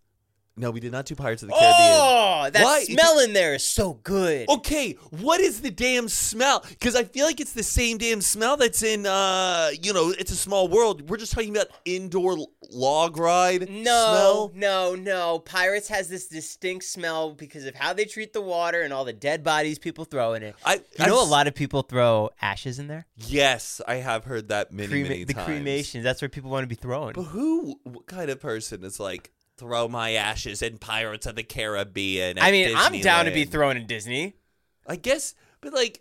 A: no we did not do pirates of the caribbean
B: Oh, that
A: Why? Oh,
B: smell in there is so good.
A: Okay, what is the damn smell? Because I feel like it's the same damn smell that's in, uh, you know, it's a small world. We're just talking about indoor l- log ride.
B: No,
A: smell.
B: no, no. Pirates has this distinct smell because of how they treat the water and all the dead bodies people throw in it.
A: I
B: You know, a lot of people throw ashes in there.
A: Yes, I have heard that many,
B: Crema-
A: many
B: the
A: times.
B: cremations. That's where people want to be thrown.
A: But who what kind of person is like throw my ashes in Pirates of the Caribbean? at
B: I mean, I'm down to be
A: Disneyland"?
B: thrown in Disney.
A: I guess, but like,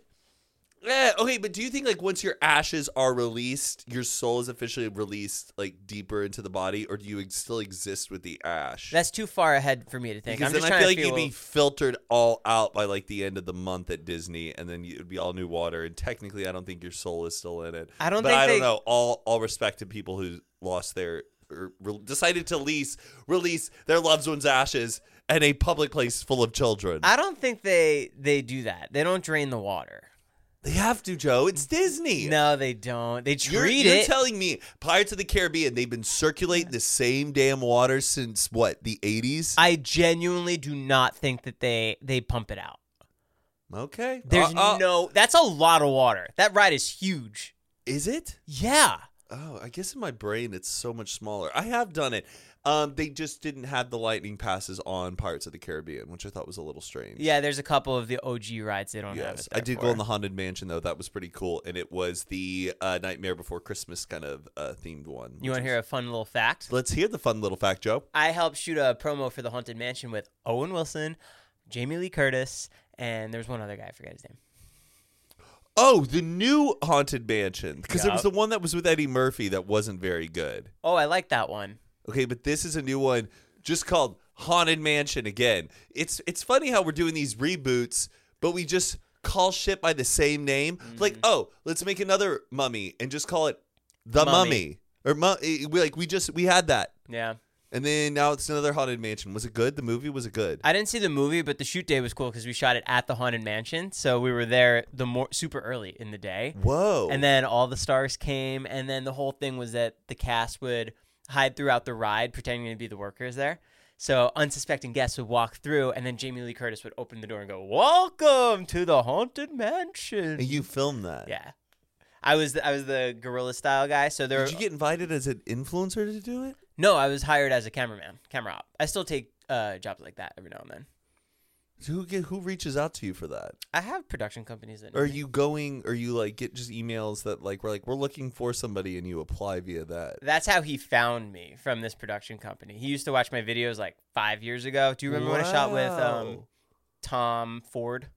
A: eh, okay. But do you think like once your ashes are released, your soul is officially released like deeper into the body, or do you ex- still exist with the ash?
B: That's too far ahead for me to think.
A: because
B: I'm
A: then
B: just
A: I
B: trying
A: feel
B: to
A: like you'd be filtered all out by like the end of the month at Disney, and then you- it'd be all new water. And technically, I don't think your soul is still in it.
B: I don't
A: But
B: think
A: I don't
B: they-
A: know. All all respect to people who lost their or re- decided to lease release their loved ones' ashes in a public place full of children.
B: I don't think they they do that. They don't drain the water.
A: they have to, Joe. It's Disney.
B: No, they don't. They treat
A: You're, you're
B: it.
A: telling me Pirates of the Caribbean, they've been circulating the same damn water since what, the 80s?
B: I genuinely do not think that they they pump it out.
A: okay.
B: There's
A: Uh, uh,
B: no. That's a lot of water. That ride is huge.
A: Is it?
B: Yeah.
A: Oh, I guess in my brain it's so much smaller. I have done it. Um, they just didn't have the lightning passes on Pirates of the Caribbean, which I thought was a little strange.
B: Yeah. There's a couple of the OG rides they don't have.
A: Yes,
B: It
A: I did go
B: there for.
A: in the Haunted Mansion though. That was pretty cool, and it was the uh, Nightmare Before Christmas kind of uh, themed one.
B: You want to hear a fun little fact?
A: Let's hear the fun little fact, Joe.
B: I helped shoot a promo for the Haunted Mansion with Owen Wilson, Jamie Lee Curtis, and there's one other guy. I forget his name.
A: Oh, the new Haunted Mansion because there was the
B: Yup.
A: one that was with Eddie Murphy that wasn't very good.
B: Oh, I like that one.
A: Okay, but this is a new one just called Haunted Mansion again. It's it's funny how we're doing these reboots, but we just call shit by the same name.
B: Mm-hmm.
A: Like, oh, let's make another mummy and just call it The Mummy.
B: Mummy.
A: Or mu- eh, we like we just we had that.
B: Yeah.
A: And then now it's another Haunted Mansion. Was it good? The movie was it good?
B: I didn't see the movie, but the shoot day was cool because we shot it at the Haunted Mansion. So we were there the more super early in the day.
A: Whoa.
B: And then all the stars came, and then the whole thing was that the cast would hide throughout the ride, pretending to be the workers there. So unsuspecting guests would walk through, and then Jamie Lee Curtis would open the door and go, "Welcome to the haunted mansion."
A: and you filmed that.
B: yeah, I was I was the gorilla style guy. So there,
A: Did you get invited as an influencer to do it?
B: no, I was hired as a cameraman, camera op. I still take uh, jobs like that every now and then.
A: Who get who reaches out to you for that?
B: I have production companies that.
A: Are
B: need me.
A: you going? Are you like get just emails that like we're like we're looking for somebody and you apply via that?
B: That's how he found me from this production company. He used to watch my videos like um, five years ago. Do you remember when I shot with um,
A: Wow.
B: Tom Ford?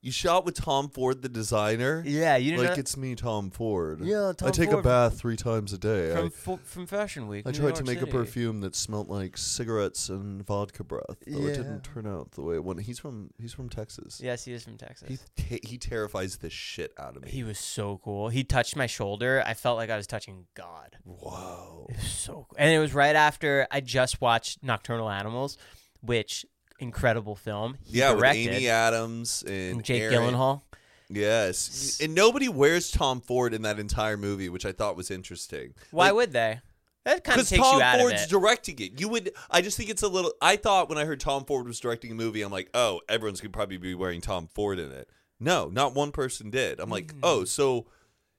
A: You shot with Tom Ford, the designer.
B: Yeah, you didn't
A: like
B: know
A: it's me, Tom Ford.
B: Yeah, Tom
A: I take
B: Ford.
A: a bath three times a day.
B: from
A: I,
B: fo- from Fashion Week.
A: I
B: New
A: tried
B: York
A: to make
B: City.
A: a perfume that smelled like cigarettes and vodka breath, though
B: Yeah.
A: it didn't turn out the way it wanted. He's from he's from Texas.
B: Yes, he is from Texas.
A: He ta- he terrifies the shit out of me.
B: He was so cool. He touched my shoulder. I felt like I was touching God.
A: Wow.
B: It was so cool. And it was right after I just watched Nocturnal Animals, which incredible film. He
A: Yeah,
B: directed.
A: with Amy Adams and,
B: and Jake
A: Aaron-
B: Gyllenhaal.
A: Yes, and nobody wears Tom Ford in that entire movie, which I thought was interesting.
B: Why would they? That kind of
A: Because
B: takes
A: Tom
B: you out
A: Ford's
B: of it.
A: directing it. You would. I just think it's a little. I thought when I heard Tom Ford was directing a movie, I'm like, oh, everyone's gonna probably be wearing Tom Ford in it. No, not one person did. I'm
B: Mm-hmm.
A: like, oh, so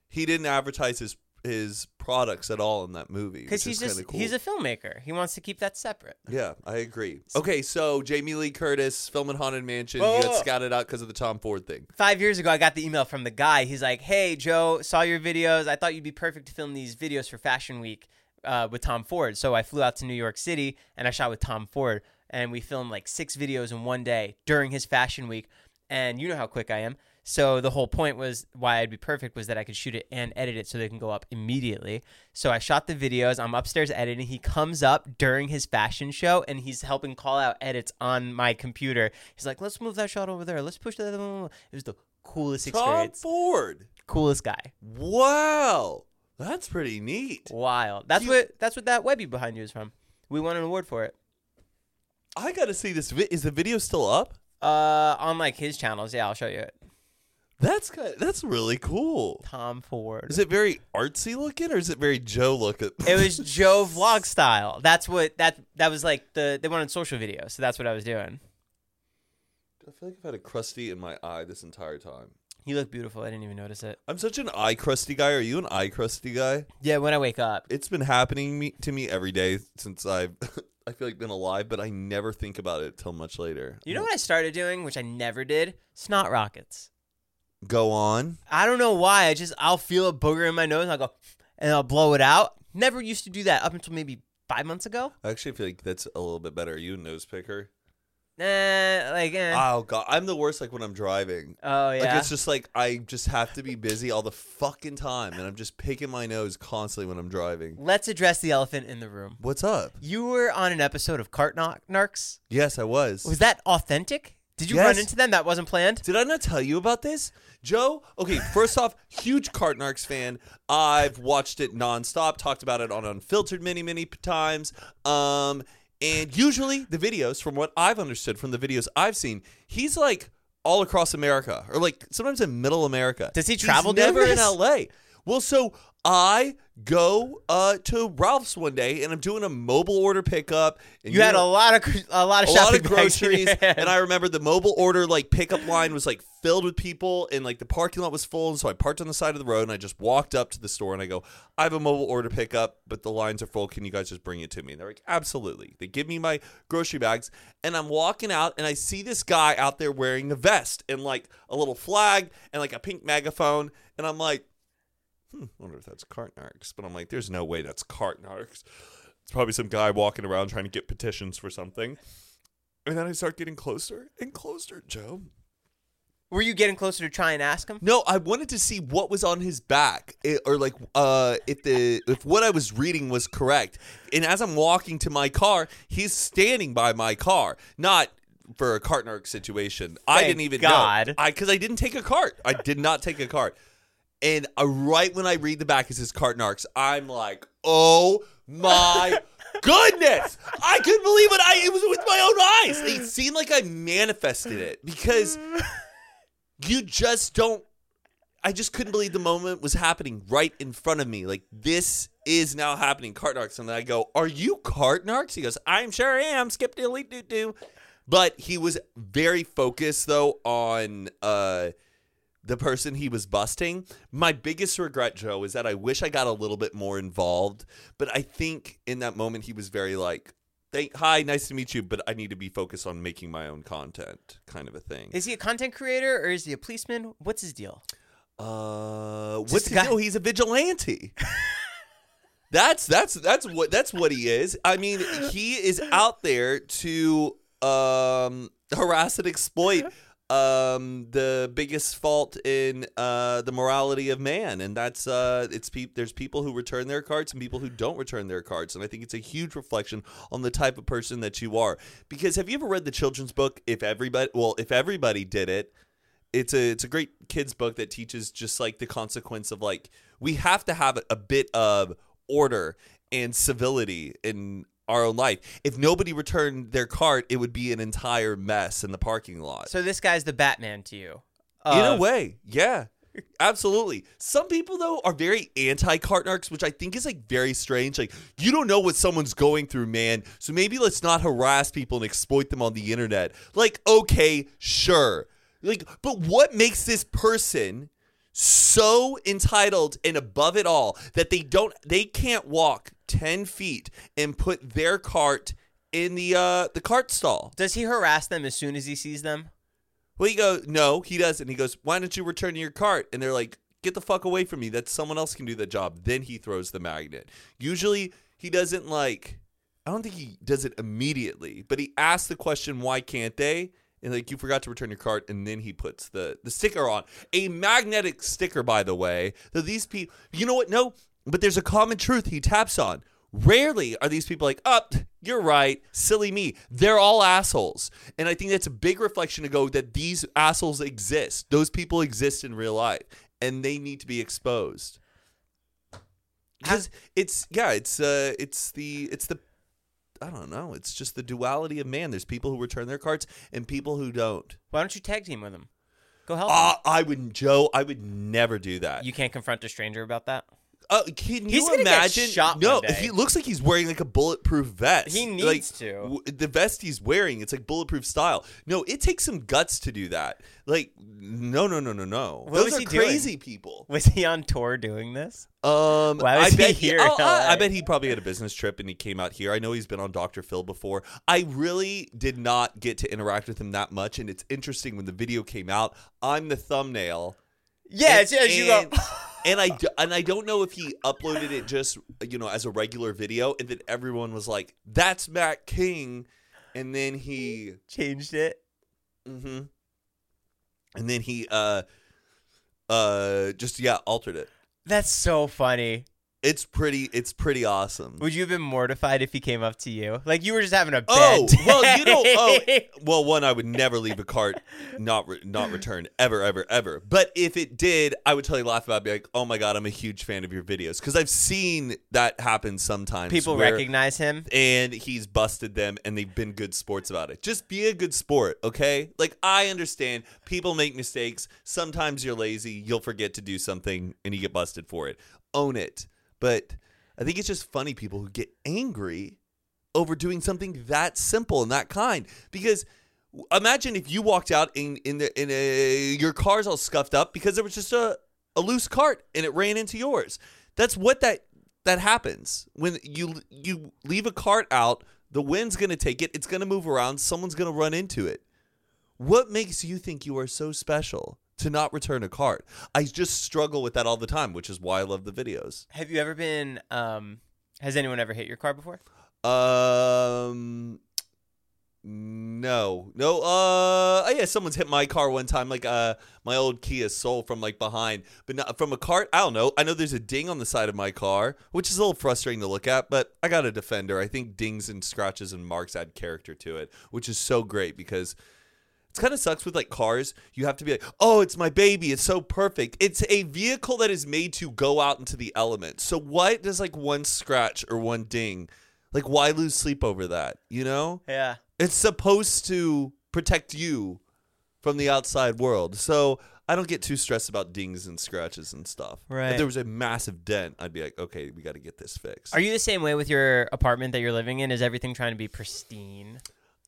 A: he didn't advertise his his products at all in that movie. Because
B: Because he's just
A: cool.
B: he's a filmmaker. He wants to keep that separate.
A: Yeah, I agree. Okay, so Jamie Lee Curtis filming Haunted Mansion.
B: Whoa,
A: you
B: whoa,
A: got
B: whoa.
A: scouted out because of the Tom Ford thing.
B: Five years ago, I got the email from the guy. He's like, "Hey, Joe, saw your videos. I thought you'd be perfect to film these videos for Fashion Week uh, with Tom Ford." So I flew out to New York City and I shot with Tom Ford, and we filmed like six videos in one day during his Fashion Week. And you know how quick I am. So the whole point was why I'd be perfect was that I could shoot it and edit it so they can go up immediately. So I shot the videos. I'm upstairs editing. He comes up during his fashion show and he's helping call out edits on my computer. He's like, "Let's move that shot over there. Let's push that." Other one. over." It was the coolest
A: Tom
B: experience.
A: Ford.
B: coolest guy.
A: Wow, that's pretty neat.
B: Wild. That's
A: You-
B: what that's what that Webby behind you is from. We won an award for it.
A: I gotta see this. Vi- is the video still up?
B: Uh, on like his channels. Yeah, I'll show you it.
A: That's good. That's really cool.
B: Tom Ford.
A: Is it very artsy looking or is it very Joe looking?
B: It was Joe vlog style. That's what that that was like the they wanted social video, so that's what I was doing.
A: I feel like I've had a crusty in my eye this entire time.
B: You look beautiful. I didn't even notice it.
A: I'm such an eye crusty guy. Are you an eye crusty guy?
B: Yeah, when I wake up,
A: It's been happening me- to me every day since I've, I feel like been alive, but I never think about it till much later.
B: you know what I started doing, which I never did. Snot rockets.
A: Go on.
B: I don't know why. I just I'll feel a booger in my nose. And I'll go and I'll blow it out. Never used to do that up until maybe five months ago.
A: I actually feel like that's a little bit better. Are you a nose picker?
B: Nah, like eh.
A: Oh god, I'm the worst. Like when I'm driving.
B: oh yeah.
A: Like it's just like I just have to be busy all the fucking time, and I'm just picking my nose constantly when I'm driving.
B: Let's address the elephant in the room.
A: What's up?
B: You were on an episode of Cart Narc- Narcs.
A: Yes, I was.
B: Was that authentic? Did you
A: Yes.
B: run into them? That wasn't planned.
A: Did I not tell you about this? Joe, okay, first off, huge Cartnarks fan. I've watched it nonstop, talked about it on Unfiltered many, many p- times. Um, and usually the videos, from what I've understood from the videos I've seen, he's like all across America or like sometimes in middle America.
B: Does he
A: He's
B: travel doing
A: never in
B: this?
A: LA. Well, so I go uh, to Ralph's one day and I'm doing a mobile order pickup. And
B: You had
A: know-
B: a lot of a lot of
A: a
B: shopping
A: lot of
B: bags in your
A: groceries
B: hand.
A: and i remember the mobile order like pickup line was like filled with people and like the parking lot was full and so i parked on the side of the road and i just walked up to the store and i go i have a mobile order pickup but the lines are full can you guys just bring it to me and they're like absolutely they give me my grocery bags and i'm walking out and i see this guy out there wearing a vest and like a little flag and like a pink megaphone and i'm like hmm, I wonder if that's Cartnarks. But I'm like, there's no way that's Cartnarks. It's probably some guy walking around trying to get petitions for something. And then I start getting closer and closer, Joe.
B: Were you getting closer to try and ask him?
A: No, I wanted to see what was on his back, eh, or like, uh, if the if what I was reading was correct. And as I'm walking to my car, he's standing by my car, not for a cart narc situation. I
B: Thank
A: didn't even know.
B: God.
A: I because I didn't take a cart. I did not take a cart. And uh, right when I read the back, it says cart narcs. I'm like, oh my. Goodness! I couldn't believe it. I it was with my own eyes. It seemed like I manifested it because you just don't I just couldn't believe the moment was happening right in front of me. Like this is now happening, Cartnarks. And then I go, Are you Cartnarks? He goes, I'm sure I am, skip diddly doo doo. But he was very focused though on uh the person he was busting. My biggest regret, Joe, is that I wish I got a little bit more involved. But I think in that moment he was very like, Thank hi, nice to meet you, but I need to be focused on making my own content kind of a thing.
B: Is he a content creator or is he a policeman? What's his deal?
A: Uh,
B: Just
A: what's
B: a
A: he?
B: guy-
A: Oh, he's a vigilante. that's that's that's what that's what he is. I mean, he is out there to um harass and exploit um, the biggest fault in uh, the morality of man, and that's uh, it's pe- there's people who return their cards and people who don't return their cards, and I think it's a huge reflection on the type of person that you are. Because have you ever read the children's book? If everybody, well, if everybody did it, it's a it's a great kids book that teaches just like the consequence of like we have to have a bit of order and civility in our own life. If nobody returned their cart, it would be an entire mess in the parking lot.
B: So this guy's the Batman to you.
A: in
B: Uh,
A: a way, yeah. Absolutely. Some people though are very anti cart narcs, which I think is like very strange. Like you don't know what someone's going through, man. So maybe let's not harass people and exploit them on the internet. Like, okay, sure. Like, but what makes this person so entitled and above it all that they don't they can't walk ten feet and put their cart in the uh the cart stall?
B: Does he harass them as soon as he sees them?
A: Well, he goes, no, he doesn't. He goes, why don't you return your cart? And they're like, get the fuck away from me. That someone else can do that job. Then he throws the magnet. Usually, he doesn't like. I don't think he does it immediately, but he asks the question, why can't they? And like, you forgot to return your cart, and then he puts the the sticker on a magnetic sticker, by the way. So these people, you know what? No, but there's a common truth he taps on. Rarely are these people like, up, you're right, silly me. They're all assholes. And I think that's a big reflection to go that these assholes exist. Those people exist in real life and they need to be exposed. Because it's yeah, it's uh it's the it's the I don't know, it's just the duality of man. There's people who return their carts and people who don't.
B: Why don't you tag team with him? Go help. him.
A: Ah, I would Joe, I would never do that.
B: Uh, You can't confront a stranger about that.
A: Uh, can
B: He's
A: you
B: gonna get
A: imagine?
B: shot
A: no,
B: one day.
A: he looks like he's wearing like a bulletproof vest.
B: He needs
A: Like,
B: to.
A: the vest he's wearing, it's like bulletproof style. No, it takes some guts to do that. Like, no, no, no, no, no.
B: What
A: Those
B: was
A: are
B: he doing?
A: crazy people.
B: Was he on tour doing this?
A: Um,
B: Why
A: I
B: was he
A: bet
B: here in
A: oh, I, I
B: LA?
A: bet he probably had a business trip and he came out here. I know he's been on Dr. Phil before. I really did not get to interact with him that much, and it's interesting when the video came out. I'm the thumbnail.
B: Yeah,
A: And- and- and I d- and I don't know if he uploaded it just you know as a regular video, and then everyone was like, "That's Matt King," and then he,
B: changed it.
A: hmm and then he, uh, uh, just yeah, altered it.
B: That's so funny.
A: It's pretty. It's pretty awesome.
B: Would you have been mortified if he came up to you? Like you were just having a bad
A: Oh well, you don't. Oh,
B: day.
A: well, one, I would never leave a cart not re- not returned ever, ever, ever. But if it did, I would totally laugh about. It, be like, oh my god, I'm a huge fan of your videos because I've seen that happen sometimes.
B: People
A: where-
B: recognize him.
A: and he's busted them and they've been good sports about it. Just be a good sport, okay? Like I understand people make mistakes. Sometimes you're lazy, you'll forget to do something and you get busted for it. Own it. But I think it's just funny people who get angry over doing something that simple and that kind because w- imagine if you walked out in in the in a your car's all scuffed up because there was just a a loose cart and it ran into yours that's what that that happens when you you leave a cart out the wind's going to take it it's going to move around someone's going to run into it what makes you think you are so special to not return a cart i just struggle with that all the time which is why i love the videos
B: Have you ever been? Um, has anyone ever hit your car before?
A: Um, no, no. Uh, oh yeah, someone's hit my car one time, like uh, my old Kia Soul from like behind, but not from a cart. I don't know. I know there's a ding on the side of my car, which is a little frustrating to look at, but I got a defender. I think dings and scratches and marks add character to it, which is so great because. It's kind of sucks with like cars. You have to be like, oh, it's my baby. It's so perfect. It's a vehicle that is made to go out into the elements. So why does like one scratch or one ding, like why lose sleep over that? You know,
B: Yeah.
A: it's supposed to protect you from the outside world. So I don't get too stressed about dings and scratches and stuff. If
B: Right.
A: there was a massive dent, I'd be like, okay, we got to get this fixed.
B: Are you the same way with your apartment that you're living in? Is everything trying to be pristine?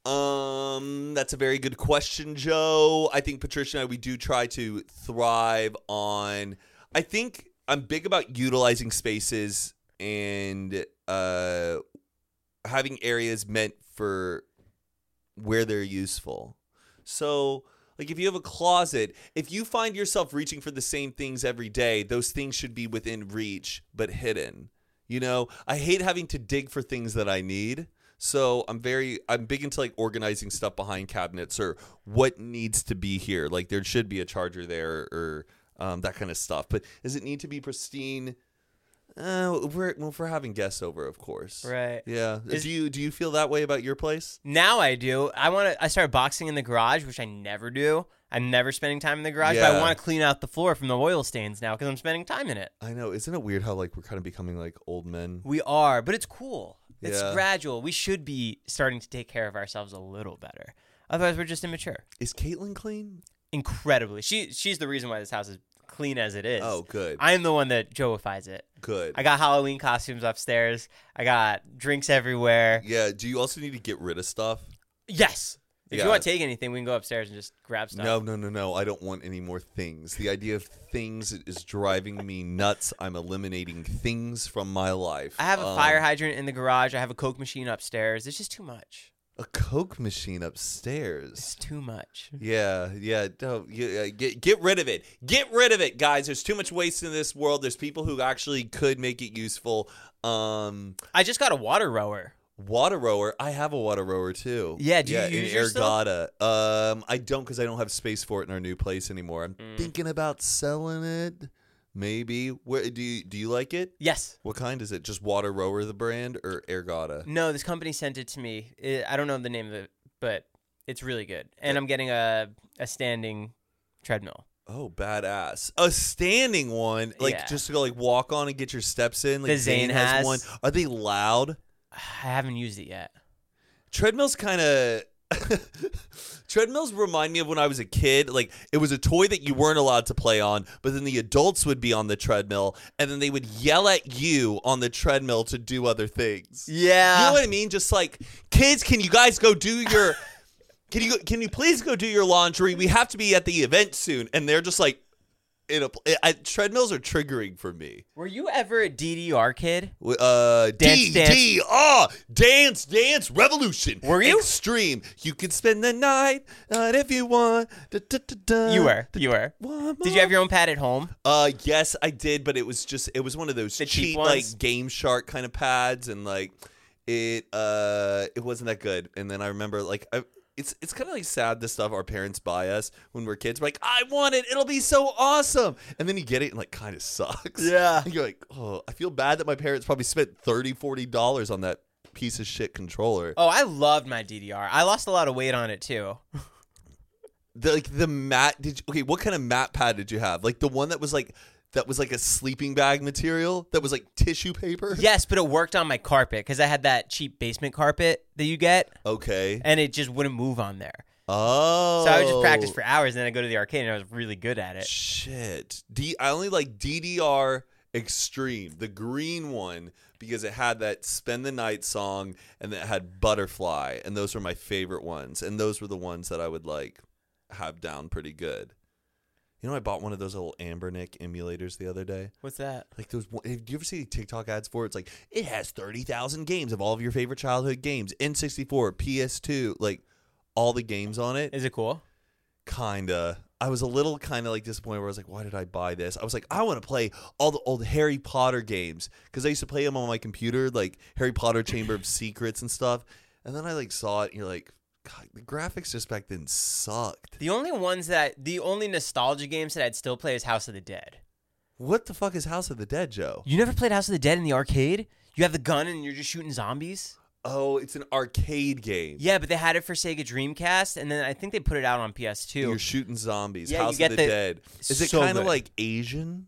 A: Um, that's a very good question, Joe. I think Patricia and I we do try to thrive on. I think I'm big about utilizing spaces and uh having areas meant for where they're useful. So, like if you have a closet, if you find yourself reaching for the same things every day, those things should be within reach but hidden. You know, I hate having to dig for things that I need. So I'm very I'm big into like organizing stuff behind cabinets or what needs to be here. Like there should be a charger there or um, that kind of stuff. But does it need to be pristine? Uh, we're well, if we're having guests over, of course.
B: Right.
A: Yeah. Uh,
B: Is-
A: do you do you feel that way about your place?
B: Now I do. I want to. I started boxing in the garage, which I never do. I'm never spending time in the garage, but
A: Yeah.
B: I want to clean out the floor from the oil stains now because I'm spending time in it.
A: I know. Isn't it weird how like we're kind of becoming like old men?
B: We are, but it's cool. It's
A: Yeah.
B: gradual. We should be starting to take care of ourselves a little better. Otherwise, we're just immature.
A: Is Caitlin clean?
B: Incredibly, she she's the reason why this house is clean as it is.
A: Oh, good.
B: I am the one that joeifies it.
A: good.
B: I got Halloween costumes upstairs. I got drinks everywhere.
A: yeah. Do you also need to get rid of stuff?
B: Yes. If
A: Yeah.
B: you want to take anything, we can go upstairs and just grab stuff.
A: No, no, no, no. I don't want any more things. The idea of things is driving me nuts. I'm eliminating things from my life.
B: I have a
A: Um,
B: fire hydrant in the garage. I have a Coke machine upstairs. It's just too much.
A: A Coke machine upstairs.
B: It's too much.
A: Yeah, yeah, no, yeah, yeah, get get rid of it. Get rid of it, guys. There's too much waste in this world. There's people who actually could make it useful. Um,
B: I just got a water rower.
A: water rower. I have a water rower too.
B: Yeah, do you
A: yeah, in
B: use your stuff?
A: Ergata. Um, I don't because I don't have space for it in our new place anymore. I'm thinking about selling it. Maybe. Where do you, do you like it?
B: Yes.
A: What kind is it? Just water rower, the brand, or Ergata?
B: No, this company sent it to me. I I don't know the name of it, but it's really good. And I'm getting a a standing treadmill.
A: Oh, badass! A standing one, like
B: Yeah.
A: just to go like walk on and get your steps in. Like
B: The Zane has.
A: one. Are they loud?
B: I haven't used it yet.
A: treadmills kind of treadmills remind me of when i was a kid like it was a toy that you weren't allowed to play on but then the adults would be on the treadmill and then they would yell at you on the treadmill to do other things you
B: Yeah.
A: know what i mean just like kids can you guys go do your can you can you please go do your laundry we have to be at the event soon and they're just like in a I, treadmills are triggering for me
B: Were you ever a DDR kid?
A: W- uh,
B: Dance,
A: D-
B: dance.
A: D- R, dance, dance, revolution.
B: Were you?
A: Extreme. You can spend the night, not if you want. Da, da, da, da.
B: You were. You were.
A: One
B: Uh, Did you have
A: more-
B: your own pad at home?
A: Uh, yes, I did, but it was just it was one of those
B: The cheap
A: cheap
B: ones?
A: like Game Shark kind of pads, and like it uh it wasn't that good. And then I remember like I. It's, it's kind of like sad the stuff our parents buy us when we're kids. We're like, I want it. It'll be so awesome. And then you get it and like kind of sucks.
B: Yeah.
A: And you're like, oh, I feel bad that my parents probably spent 30 $40 on that piece of shit controller.
B: Oh, I loved my DDR. I lost a lot of weight on it too.
A: The, like the mat did you, okay, what kind of mat pad did you have? Like the one that was like that was like a sleeping bag material that was like tissue paper?
B: Yes, but it worked on my carpet because I had that cheap basement carpet that you get,
A: Okay.
B: and it just wouldn't move on there.
A: Oh.
B: So I would just practice for hours, and then I go to the arcade, and I was really good at it.
A: Shit. D I only like DDR Extreme, the green one, because it had that Spend the Night song and it had Butterfly, and those were my favorite ones. And those were the ones that I would like have down pretty good. You know, I bought one of those little Ambernick emulators the other day.
B: What's that?
A: Like those, one- do you ever see TikTok ads for it? It's like it has thirty thousand games of all of your favorite childhood games: N sixty four, PS two, like all the games on it
B: Is it cool?
A: kinda. I was a little kind of like disappointed where I was like, why did I buy this? I was like, I want to play all the old Harry Potter games because I used to play them on my computer, like Harry Potter Chamber of Secrets and stuff. And then I like saw it, and you're like, God, the graphics just back then sucked.
B: The only ones that the only nostalgia games that I'd still play is House of the Dead.
A: What the fuck is House of the Dead, Joe?
B: You never played House of the Dead in the arcade? You have the gun and you're just shooting zombies?
A: Oh, it's an arcade game.
B: Yeah, but they had it for Sega Dreamcast and then I think they put it out on
A: You're
B: PS2.
A: shooting zombies.
B: Yeah, you
A: House
B: get
A: of the,
B: the-
A: Dead. Is it
B: So
A: kind of
B: good.
A: like Asian?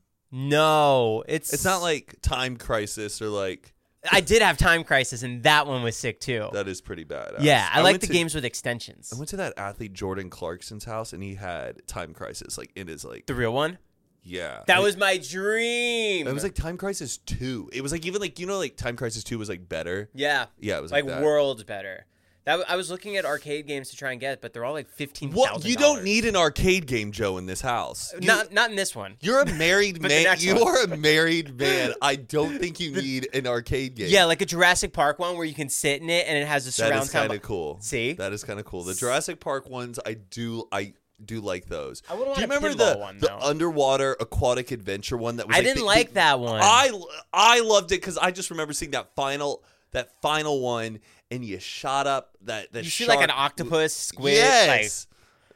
B: No, it's
A: It's not like Time Crisis or like
B: I did have Time Crisis and that one was sick too.
A: that is pretty badass.
B: yeah, I, like
A: went
B: the
A: to-
B: games with extensions.
A: I went to that athlete Jordan Clarkson's house and he had Time Crisis like in his like
B: The real one?
A: yeah
B: That
A: Like,
B: was my dream.
A: it was like Time Crisis two. It was like even like you know like Time Crisis two was like better.
B: Yeah.
A: Yeah, it was like,
B: like
A: that.
B: worlds better. That w- I was looking at arcade games to try and get, but they're all like fifteen.
A: What you don't need an arcade game, Joe, in this house. You,
B: Not not in this one.
A: you're a married
B: But the
A: man.
B: next
A: You
B: one.
A: are a married man. I don't think you need an arcade game.
B: Yeah, like a Jurassic Park one where you can sit in it and it has a
A: that
B: surround
A: is kind
B: sound.
A: of cool.
B: See?
A: that is kind of cool. The Jurassic Park ones, I do, I do like those.
B: I wouldn't
A: do you
B: want a
A: remember
B: pinball
A: the
B: one,
A: the
B: though.
A: underwater aquatic adventure one that was?
B: I
A: like
B: didn't
A: the-
B: like
A: the-
B: that one.
A: I I loved it because I just remember seeing that final that final one, and you shot up that that
B: You see like an
A: shark-
B: octopus, squid.
A: Yes.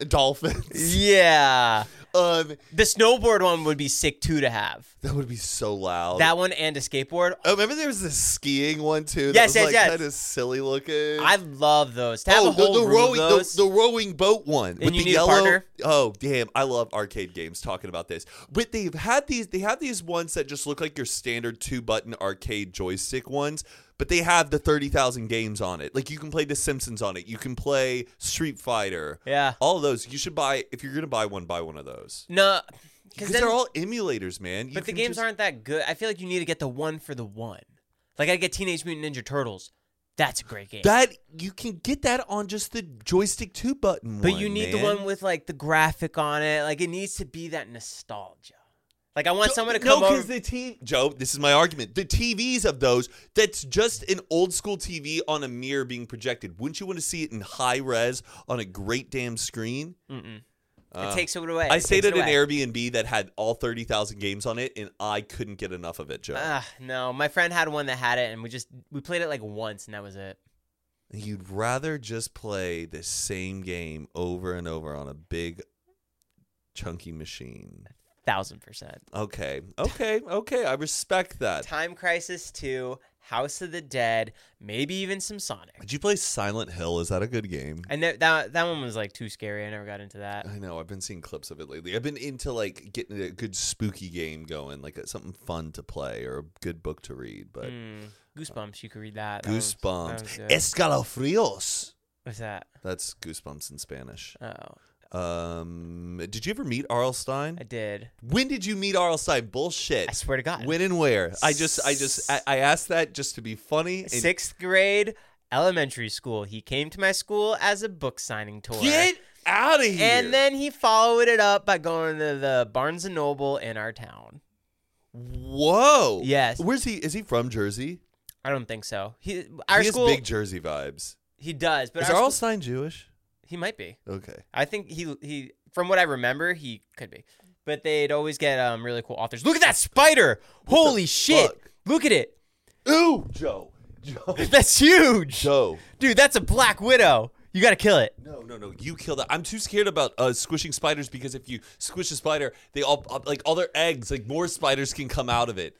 B: Like,
A: Dolphins.
B: yeah.
A: Um,
B: The snowboard one would be sick too to have.
A: that would be so loud.
B: That one and a skateboard.
A: I remember there was this skiing one too. That
B: Yes,
A: was
B: yes,
A: like
B: yes.
A: kind of silly looking.
B: I love those. To have a whole
A: Oh, the, the
B: room of
A: rowing
B: those.
A: The, the rowing boat one with
B: you
A: the
B: need a
A: yellow.
B: partner?
A: Oh damn! I love arcade games. Talking about this, but they've had these. They have these ones that just look like your standard two button arcade joystick ones. But they have the thirty thousand games on it. Like you can play The Simpsons on it. You can play Street Fighter.
B: yeah.
A: All of those. You should buy if you're gonna buy one. Buy one of those
B: No,
A: because
B: because then
A: they're all emulators, man. You
B: But the
A: can
B: games
A: just-
B: aren't that good. I feel like you need to get the one for the one. Like I get Teenage Mutant Ninja Turtles. That's a great game.
A: that you can get that on just the joystick two button.
B: but
A: one,
B: you need the
A: man.
B: one with like the graphic on it. Like it needs to be that nostalgia. Like I want
A: No-
B: someone to
A: no,
B: come over.
A: the TV. Joe, this is my argument. The TVs of those, that's just an old school TV on a mirror being projected. Wouldn't you want to see it in high res on a great damn screen?
B: Mm-mm.
A: Uh,
B: it takes it away.
A: I
B: It
A: stayed
B: takes
A: at
B: it
A: an
B: away.
A: Airbnb that had all thirty thousand games on it, and I couldn't get enough of it, Joe.
B: Ah, no, my friend had one that had it, and we just we played it like once, and that was it.
A: You'd rather just play the same game over and over on a big, chunky machine.
B: Thousand percent.
A: Okay, okay, okay. I respect that.
B: Time Crisis Two, House of the Dead, maybe even some Sonic.
A: Did you play Silent Hill? Is that a good game?
B: I know that that one was like too scary. I never got into that.
A: I know. I've been seeing clips of it lately. I've been into like getting a good spooky game going, like something fun to play or a good book to read. But
B: Mm, goosebumps. You could read that. That was- that was
A: Goosebumps,
B: good.
A: Escalofrios.
B: What's that?
A: That's Goosebumps in Spanish.
B: Oh,
A: Um, did you ever meet Arl Stein?
B: I did.
A: When did you meet Arl Stein? Bullshit.
B: I swear to God.
A: when and where? I just, I just, I, I asked that just to be funny. and-
B: Sixth grade, elementary school. He came to my school as a book signing tour.
A: Get out of here.
B: and then he followed it up by going to the Barnes and Noble in our town.
A: whoa.
B: Yes.
A: Where's he? Is he from Jersey?
B: I don't think so. He our
A: he has
B: school
A: big Jersey vibes.
B: he does, but
A: Is
B: our
A: Arl
B: school-
A: Stein Jewish?
B: he might be.
A: Okay.
B: I think he he from what I remember he could be. But they'd always get um really cool authors. Look at that spider! Holy shit!
A: fuck?
B: Look at it.
A: Ooh, Joe. Joe.
B: That's huge.
A: Joe.
B: Dude, that's a black widow. You gotta kill it.
A: No, no, no. You kill that. I'm too scared about uh, squishing spiders because if you squish a spider, they all uh, like all their eggs, like more spiders can come out of it.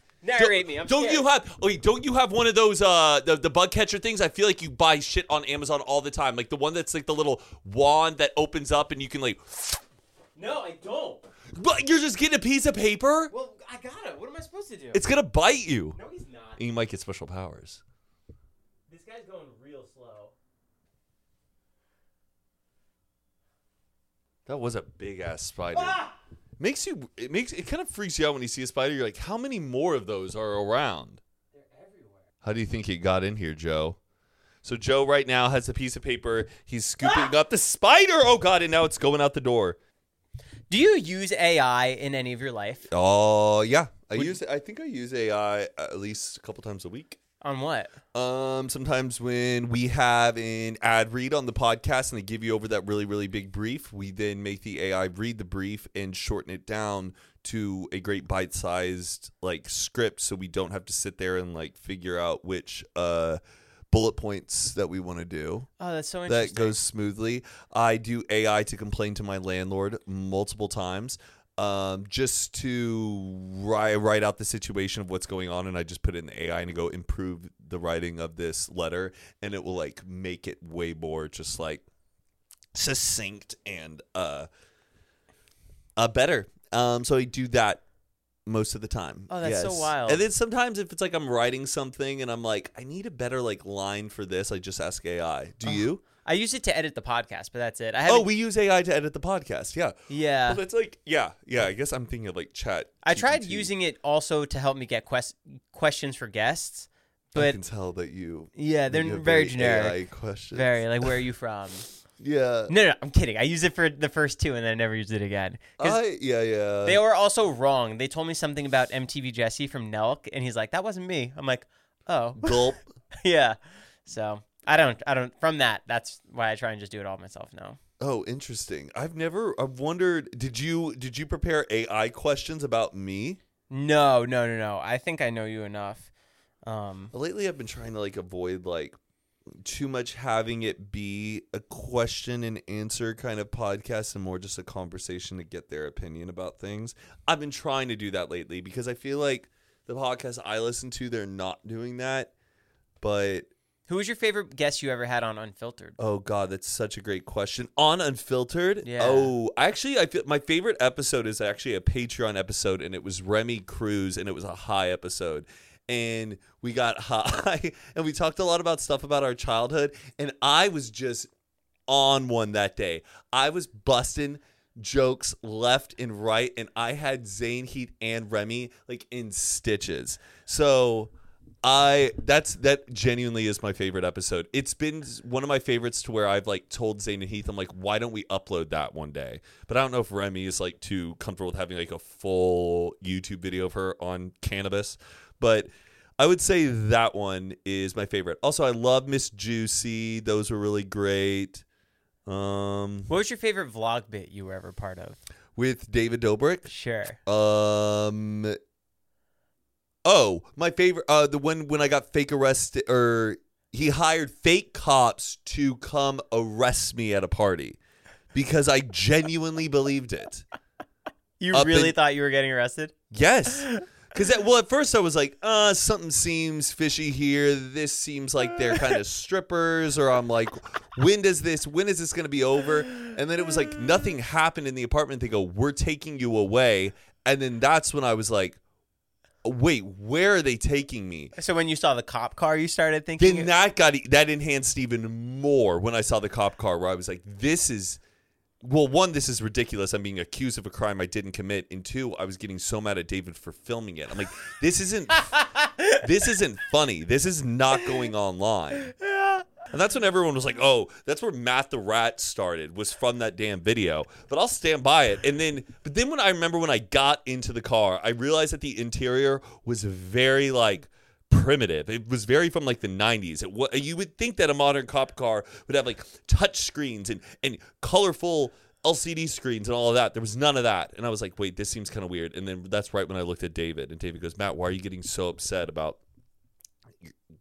A: don't,
B: Narrate me, I'm
A: don't you
B: scared.
A: have? Oh, wait, don't you have one of those uh the, the bug catcher things? I feel like you buy shit on Amazon all the time, like the one that's like the little wand that opens up and you can like.
B: No, I don't.
A: But you're just getting a piece of paper.
B: Well, I got it. What am I supposed to do?
A: It's gonna bite you.
B: no, he's not.
A: And you might get special powers.
B: This guy's going real slow.
A: That was a big ass spider.
B: Ah!
A: Makes you. It makes it kind of freaks you out when you see a spider. You're like, how many more of those are around?
B: They're everywhere.
A: How do you think it got in here, Joe? So Joe right now has a piece of paper. He's scooping up the spider. Oh God! And now it's going out the door.
B: Do you use AI in any of your life?
A: Oh yeah, I use. I think I use AI at least a couple times a week.
B: On what?
A: Um, sometimes when we have an ad read on the podcast and they give you over that really really big brief, we then make the AI read the brief and shorten it down to a great bite sized like script, so we don't have to sit there and like figure out which uh bullet points that we want to do.
B: Oh, that's so interesting.
A: that goes smoothly. I do AI to complain to my landlord multiple times um, just to write, write out the situation of what's going on. And I just put it in the AI and go improve the writing of this letter. And it will like make it way more just like succinct and uh, uh better. Um, so I do that most of the time.
B: Oh, that's so wild.
A: And then sometimes if it's like I'm writing something and I'm like, I need a better like line for this, I just ask AI.
B: Uh-huh.
A: Do you?
B: I use it to edit the podcast, but that's it. I
A: Oh,
B: haven't-
A: we use AI to edit the podcast. Yeah.
B: yeah.
A: Well, that's like yeah, yeah. I guess I'm thinking of like chat.
B: I tried
A: GPT.
B: using it also to help me get quest- questions for guests,
A: I
B: but
A: can tell that you.
B: yeah, they're
A: you have
B: very generic.
A: AI questions.
B: Very like, where are you from?
A: Yeah.
B: No, no, I'm kidding. I used it for the first two, and then I never used it again. 'Cause
A: I, yeah, yeah.
B: They were also wrong. They told me something about MTV Jesse from Nelk, and he's like, "That wasn't me." I'm like, "Oh,
A: gulp.
B: yeah." So I don't, I don't. From that, that's why I try and just do it all myself now.
A: Oh, interesting. I've never. I've wondered. Did you? Did you prepare AI questions about me?
B: No, no, no, no. I think I know you enough. Um,
A: Lately, I've been trying to like avoid like too much having it be a question and answer kind of podcast and more just a conversation to get their opinion about things. I've been trying to do that lately because I feel like the podcasts I listen to, they're not doing that. But
B: Who was your favorite guest you ever had on Unfiltered?
A: Oh God, that's such a great question. On Unfiltered,
B: Yeah.
A: Oh, actually, I feel my favorite episode is actually a Patreon episode, and it was Remy Cruz, and it was a high episode, and we got high, and we talked a lot about stuff about our childhood, and I was just on one that day. I was busting jokes left and right, and I had Zane Heat and Remy like in stitches. So I that's that genuinely is my favorite episode. It's been one of my favorites to where I've like told Zane and Heath, I'm like, why don't we upload that one day? But I don't know if Remy is like too comfortable with having like a full YouTube video of her on cannabis. But I would say that one is my favorite. Also, I love Miss Juicy. Those were really great. Um,
B: What was your favorite vlog bit you were ever part of?
A: with David Dobrik.
B: Sure.
A: Um. Oh, my favorite. Uh, the one when I got fake arrested, or he hired fake cops to come arrest me at a party because I genuinely believed it.
B: You
A: Up
B: really
A: in-
B: thought you were getting arrested?
A: Yes. Because well, at first I was like, uh, something seems fishy here. This seems like they're kind of strippers, or I'm like, when does this? When is this going to be over? And then it was like nothing happened in the apartment. They go, we're taking you away, and then that's when I was like, wait, where are they taking me?
B: So when you saw the cop car, you started thinking.
A: Then that got e, that enhanced even more when I saw the cop car, where I was like, "This is, well, one, this is ridiculous. I'm being accused of a crime I didn't commit, and two, I was getting so mad at David for filming it. I'm like, this isn't, this isn't funny. This is not going online." And that's when everyone was like, "Oh, that's where Matt the Rat started was from that damn video." But I'll stand by it. And then, but then when I remember when I got into the car, I realized that the interior was very like primitive. It was very from like the '90s. It wa- you would think that a modern cop car would have like touch screens and and colorful. LCD screens and all of that. There was none of that. And I was like, wait, this seems kind of weird. And then that's right when I looked at David, and David goes, Matt, why are you getting so upset about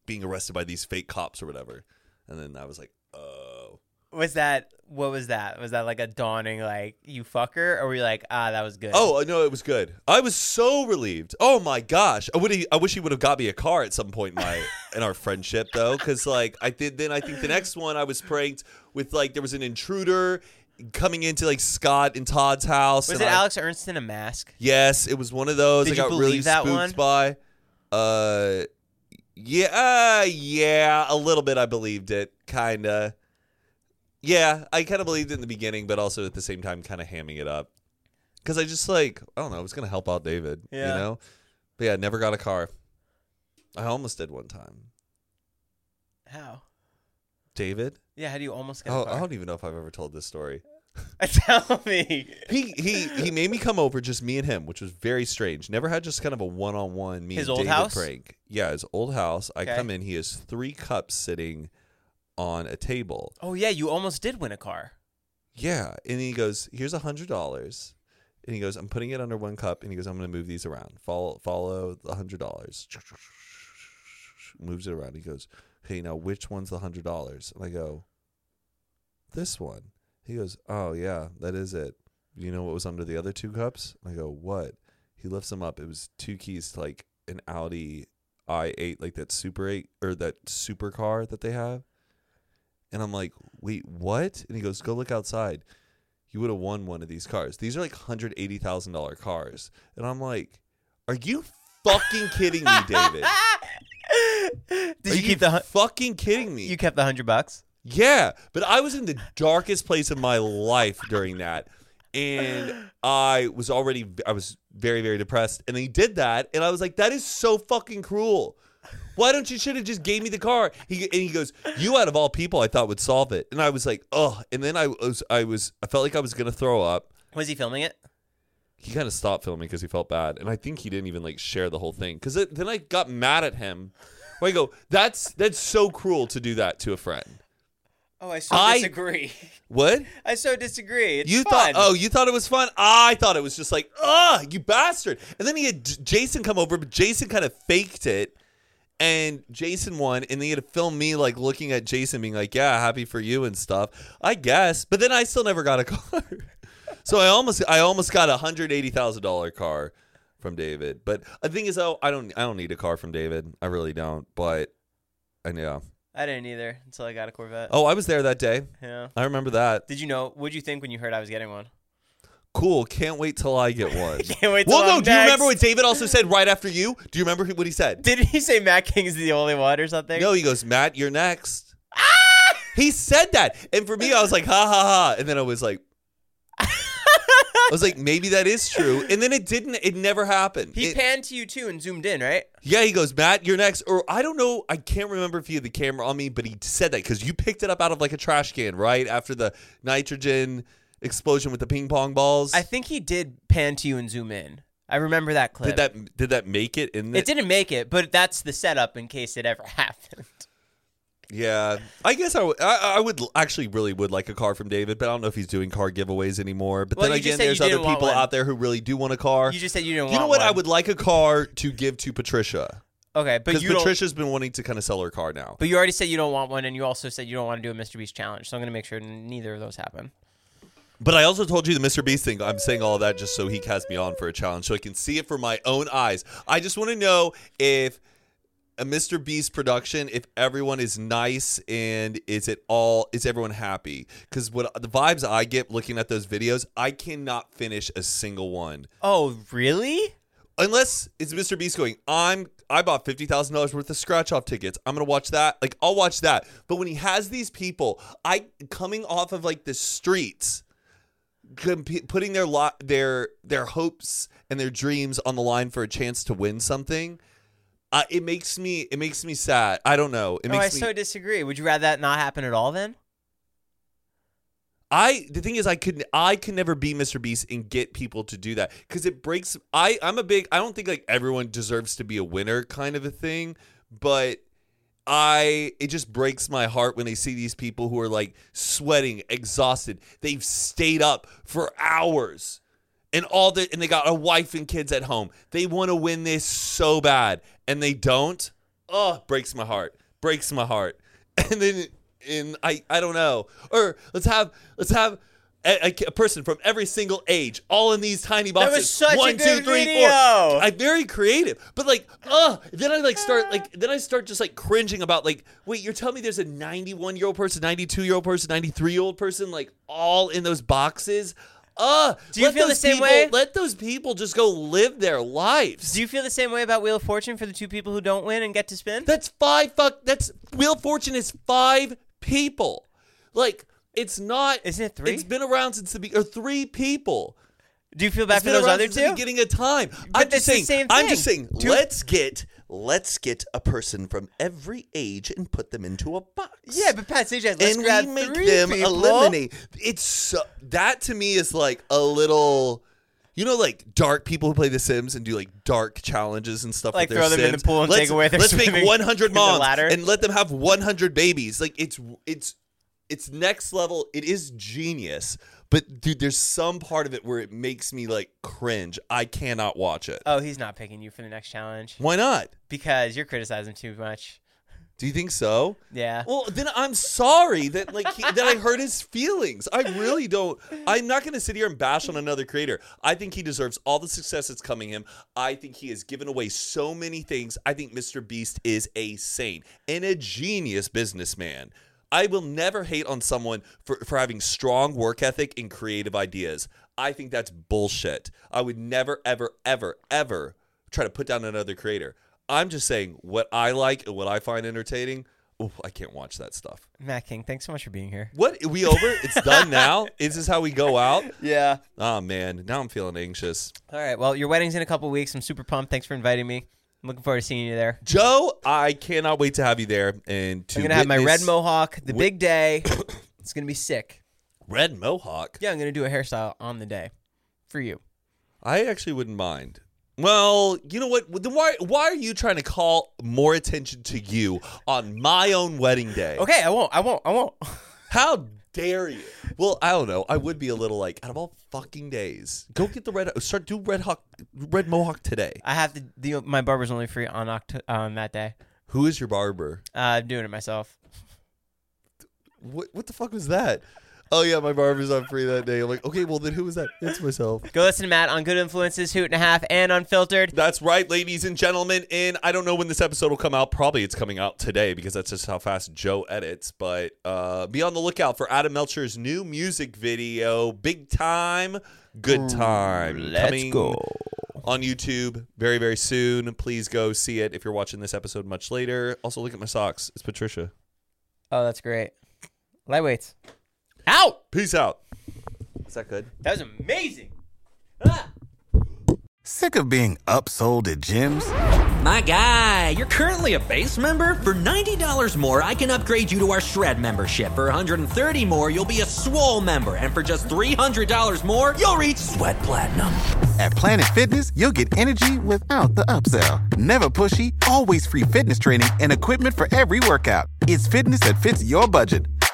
A: being arrested by these fake cops or whatever. And then I was like, oh.
B: was that what was that? Was that like a dawning like you fucker, or were you like ah that was good?
A: Oh, no, it was good. I was so relieved. Oh my gosh. I would I wish he would have got me a car at some point in my in our friendship though cuz like I did then I think the next one I was pranked with like there was an intruder coming into like Scott and Todd's house
B: was
A: and
B: it
A: I-
B: Alex Ernst in a mask?
A: Yes, it was one of those
B: Did
A: I got
B: you
A: really
B: believe that
A: spooked
B: one?
A: by. Uh yeah, uh, yeah, a little bit I believed it, kind of. Yeah, I kind of believed it in the beginning, but also at the same time kind of hamming it up. Cuz I just like, I don't know, it was going to help out David,
B: Yeah.
A: you know? But yeah, never got a car. I almost did one time.
B: How?
A: David?
B: Yeah, how do you almost get?
A: Oh, I
B: a car?
A: don't even know if I've ever told this story.
B: Tell me.
A: He he he made me come over, just me and him, which was very strange. Never had just kind of a one on one me
B: His
A: and
B: old
A: David
B: house?
A: prank. Yeah, his old house. I
B: Okay.
A: come in, he has three cups sitting on a table.
B: Oh yeah, you almost did win a car.
A: Yeah, and he goes, "Here's a hundred dollars," and he goes, "I'm putting it under one cup," and he goes, "I'm going to move these around. Follow follow the hundred dollars." Moves it around. He goes, "Hey, now which one's the hundred dollars?" And I go, "This one." He goes, "Oh yeah, that is it." You know what was under the other two cups? And I go, "What?" He lifts them up. It was two keys to like an Audi i8, like that Super 8 or that super car that they have. And I'm like, wait, what? And he goes, go look outside. You would have won one of these cars. These are like $180,000 cars. And I'm like, are you fucking kidding me, David?
B: did
A: are
B: you keep the hun-
A: fucking kidding me?
B: you kept the hundred bucks?
A: Yeah, but I was in the darkest place of my life during that. And I was already I was very very depressed and he did that and I was like that is so fucking cruel. Why don't you should have just gave me the car? He and he goes, "You out of all people I thought would solve it." And I was like, "Oh." And then I was I was I felt like I was going to throw up.
B: Was he filming it?
A: He kind of stopped filming cuz he felt bad. And I think he didn't even like share the whole thing cuz then I got mad at him. Where I go, "That's that's so cruel to do that to a friend."
B: Oh, I so
A: I-
B: disagree.
A: What?
B: I so disagree. It's
A: you thought
B: fun.
A: oh you thought it was fun i thought it was just like ah you bastard and then he had J- jason come over but jason kind of faked it and Jason won, and they had to film me like looking at Jason, being like, "Yeah, happy for you and stuff." I guess, but then I still never got a car. so I almost, I almost got a hundred eighty thousand dollar car from David. But the thing is, though, I don't, I don't need a car from David. I really don't. But I know.
B: I didn't either until I got a Corvette.
A: Oh, I was there that day.
B: Yeah.
A: I remember that.
B: Did you know? What'd you think when you heard I was getting one?
A: Cool. Can't wait till I get one.
B: Can't wait. till
A: well, no.
B: I'm
A: Do you remember what
B: next.
A: David also said right after you? Do you remember what he said?
B: Did he say Matt King's the only one or something?
A: No, he goes, Matt, you're next.
B: Ah!
A: He said that. And for me, I was like, ha ha ha. And then I was like, I was like, maybe that is true. And then it didn't, it never happened.
B: He
A: It-
B: panned to you too and zoomed in, right?
A: yeah, he goes, Matt, you're next. Or I don't know, I can't remember if he had the camera on me, but he said that because you picked it up out of like a trash can, right? After the nitrogen explosion with the ping pong balls.
B: I think he did pan to you and zoom in. I remember that
A: did
B: clip.
A: that did that make it in the
B: it didn't make it, but that's the setup in case it ever happened.
A: Yeah, I guess I would. I, I would l- actually really would like a car from David, but I don't know if he's doing car giveaways anymore. But
B: Well,
A: then
B: you just
A: again,
B: said you
A: there's other
B: didn't want
A: people
B: one.
A: out there who really do want a car.
B: You
A: You,
B: just said you didn't.
A: know
B: want
A: what? I
B: one.
A: would like a car to give to Patricia
B: Okay, but
A: because
B: you don't.
A: Patricia's been wanting to kind of sell her car now.
B: But you already said you don't want one, and you also said you don't want to do a Mr. Beast challenge. So I'm gonna make sure neither of those happen.
A: But I also told you the Mr. Beast thing. I'm saying all of that just so he has me on for a challenge, so I can see it for my own eyes. I just want to know if a Mr. Beast production, if everyone is nice and is it all is everyone happy? Because what the vibes I get looking at those videos, I cannot finish a single one
B: Oh, really?
A: unless it's Mr. Beast going, I'm I bought fifty thousand dollars worth of scratch off tickets. I'm gonna watch that. Like I'll watch that. But when he has these people, I coming off of like the streets, comp- putting their lot their their hopes and their dreams on the line for a chance to win something. Uh, it makes me it makes me sad. I don't know. It
B: oh, I
A: makes me.
B: so disagree. Would you rather that not happen at all then?
A: I the thing is I could I could never be Mr. Beast and get people to do that because it breaks I I'm a big I don't think like everyone deserves to be a winner kind of a thing but I it just breaks my heart when they see these people who are like sweating exhausted they've stayed up for hours and all the and they got a wife and kids at home they want to win this so bad and they don't oh breaks my heart breaks my heart and then in i i don't know or let's have let's have a, a- a person from every single age all in these tiny boxes
B: was such a
A: One, two,
B: good
A: three,
B: video.
A: four. i'm very creative but like uh then i like start like then i start just like cringing about like wait you're telling me there's a 91 year old person 92 year old person 93 year old person like all in those boxes uh
B: Do you
A: let
B: feel the
A: those
B: same
A: people-
B: way?
A: Let those people just go live their lives.
B: Do you feel the same way about Wheel of Fortune for the two people who don't win and get to spin?
A: that's five fuck. That's Wheel of Fortune is five people. Like it's not.
B: Isn't it three?
A: It's been around since the be- or three people.
B: Do you feel bad
A: It's
B: for
A: been
B: those
A: around
B: other
A: since the
B: two?
A: beginning of time. I'm
B: But
A: just
B: that's the
A: saying.
B: same
A: I'm just
B: thing.
A: saying.
B: Two-
A: let's get let's get a person from every age and put them into a box.
B: Yeah, but Pat Sajak, let's
A: and
B: grab
A: we make
B: three
A: them
B: people.
A: eliminate. It's so, that to me is like a little, you know, like dark people who play The Sims and do like dark challenges and stuff.
B: Like
A: with their
B: throw them in the
A: Sims.
B: pool and
A: let's,
B: take away their
A: Let's
B: swimming
A: make 100
B: in the
A: moms
B: ladder.
A: and let them have 100 babies. Like it's it's it's next level. It is genius. But dude, there's some part of it where it makes me like cringe. I cannot watch it.
B: Oh, he's not picking you for the next challenge
A: Why not?
B: because you're criticizing too much.
A: Do you think so?
B: Yeah.
A: Well, then I'm sorry that like he, that I hurt his feelings. I really don't. I'm not going to sit here and bash on another creator. I think he deserves all the success that's coming him. I think he has given away so many things. I think Mr. Beast is a saint and a genius businessman. I will never hate on someone for, for having strong work ethic and creative ideas. I think that's bullshit. I would never, ever, ever, ever try to put down another creator. I'm just saying what I like and what I find entertaining. Oof, I can't watch that stuff.
B: Matt King, thanks so much for being here.
A: What? Are we over? It's done now? Is this how we go out?
B: Yeah.
A: Oh, man. Now I'm feeling anxious.
B: All right. Well, your wedding's in a couple weeks. I'm super pumped. Thanks for inviting me. I'm looking forward to seeing you there.
A: Joe, I cannot wait to have you there and to
B: I'm gonna have my red
A: witness-
B: mohawk. The big day. it's gonna be sick.
A: red mohawk.
B: Yeah, I'm gonna do a hairstyle on the day for you.
A: I actually wouldn't mind. Well, you know what? Then why why are you trying to call more attention to you on my own wedding day?
B: Okay. I won't. I won't. I won't.
A: How dare you? Well, I don't know. I would be a little like out of all fucking days. Go get the red. Start do red hawk, red mohawk today.
B: I have to. The, my barber's only free on Oct- on that day.
A: Who is your barber?
B: Uh, I'm doing it myself.
A: What what the fuck was that? Oh yeah, my barber's not free that day. I'm like, okay, well then who was that? It's myself.
B: Go listen to Matt on Good Influences, Hoot and a Half, and Unfiltered.
A: That's right, ladies and gentlemen. And I don't know when this episode will come out. Probably it's coming out today because that's just how fast Joe edits. But uh, be on the lookout for Adam Melcher's new music video, Big Time, Good Time. coming On YouTube very, very soon. Please go see it if you're watching this episode much later. Also, look at my socks. It's Patricia.
B: Oh, that's great. Lightweights. Out.
A: Peace out. Is that good?
B: That was amazing. Ah!
D: Sick of being upsold at gyms?
E: My guy, you're currently a base member. For $90 more, I can upgrade you to our Shred membership. For $130 more, you'll be a Swole member. And for just $300 more, you'll reach Sweat Platinum.
D: At Planet Fitness, you'll get energy without the upsell. Never pushy, always free fitness training and equipment for every workout. It's fitness that fits your budget.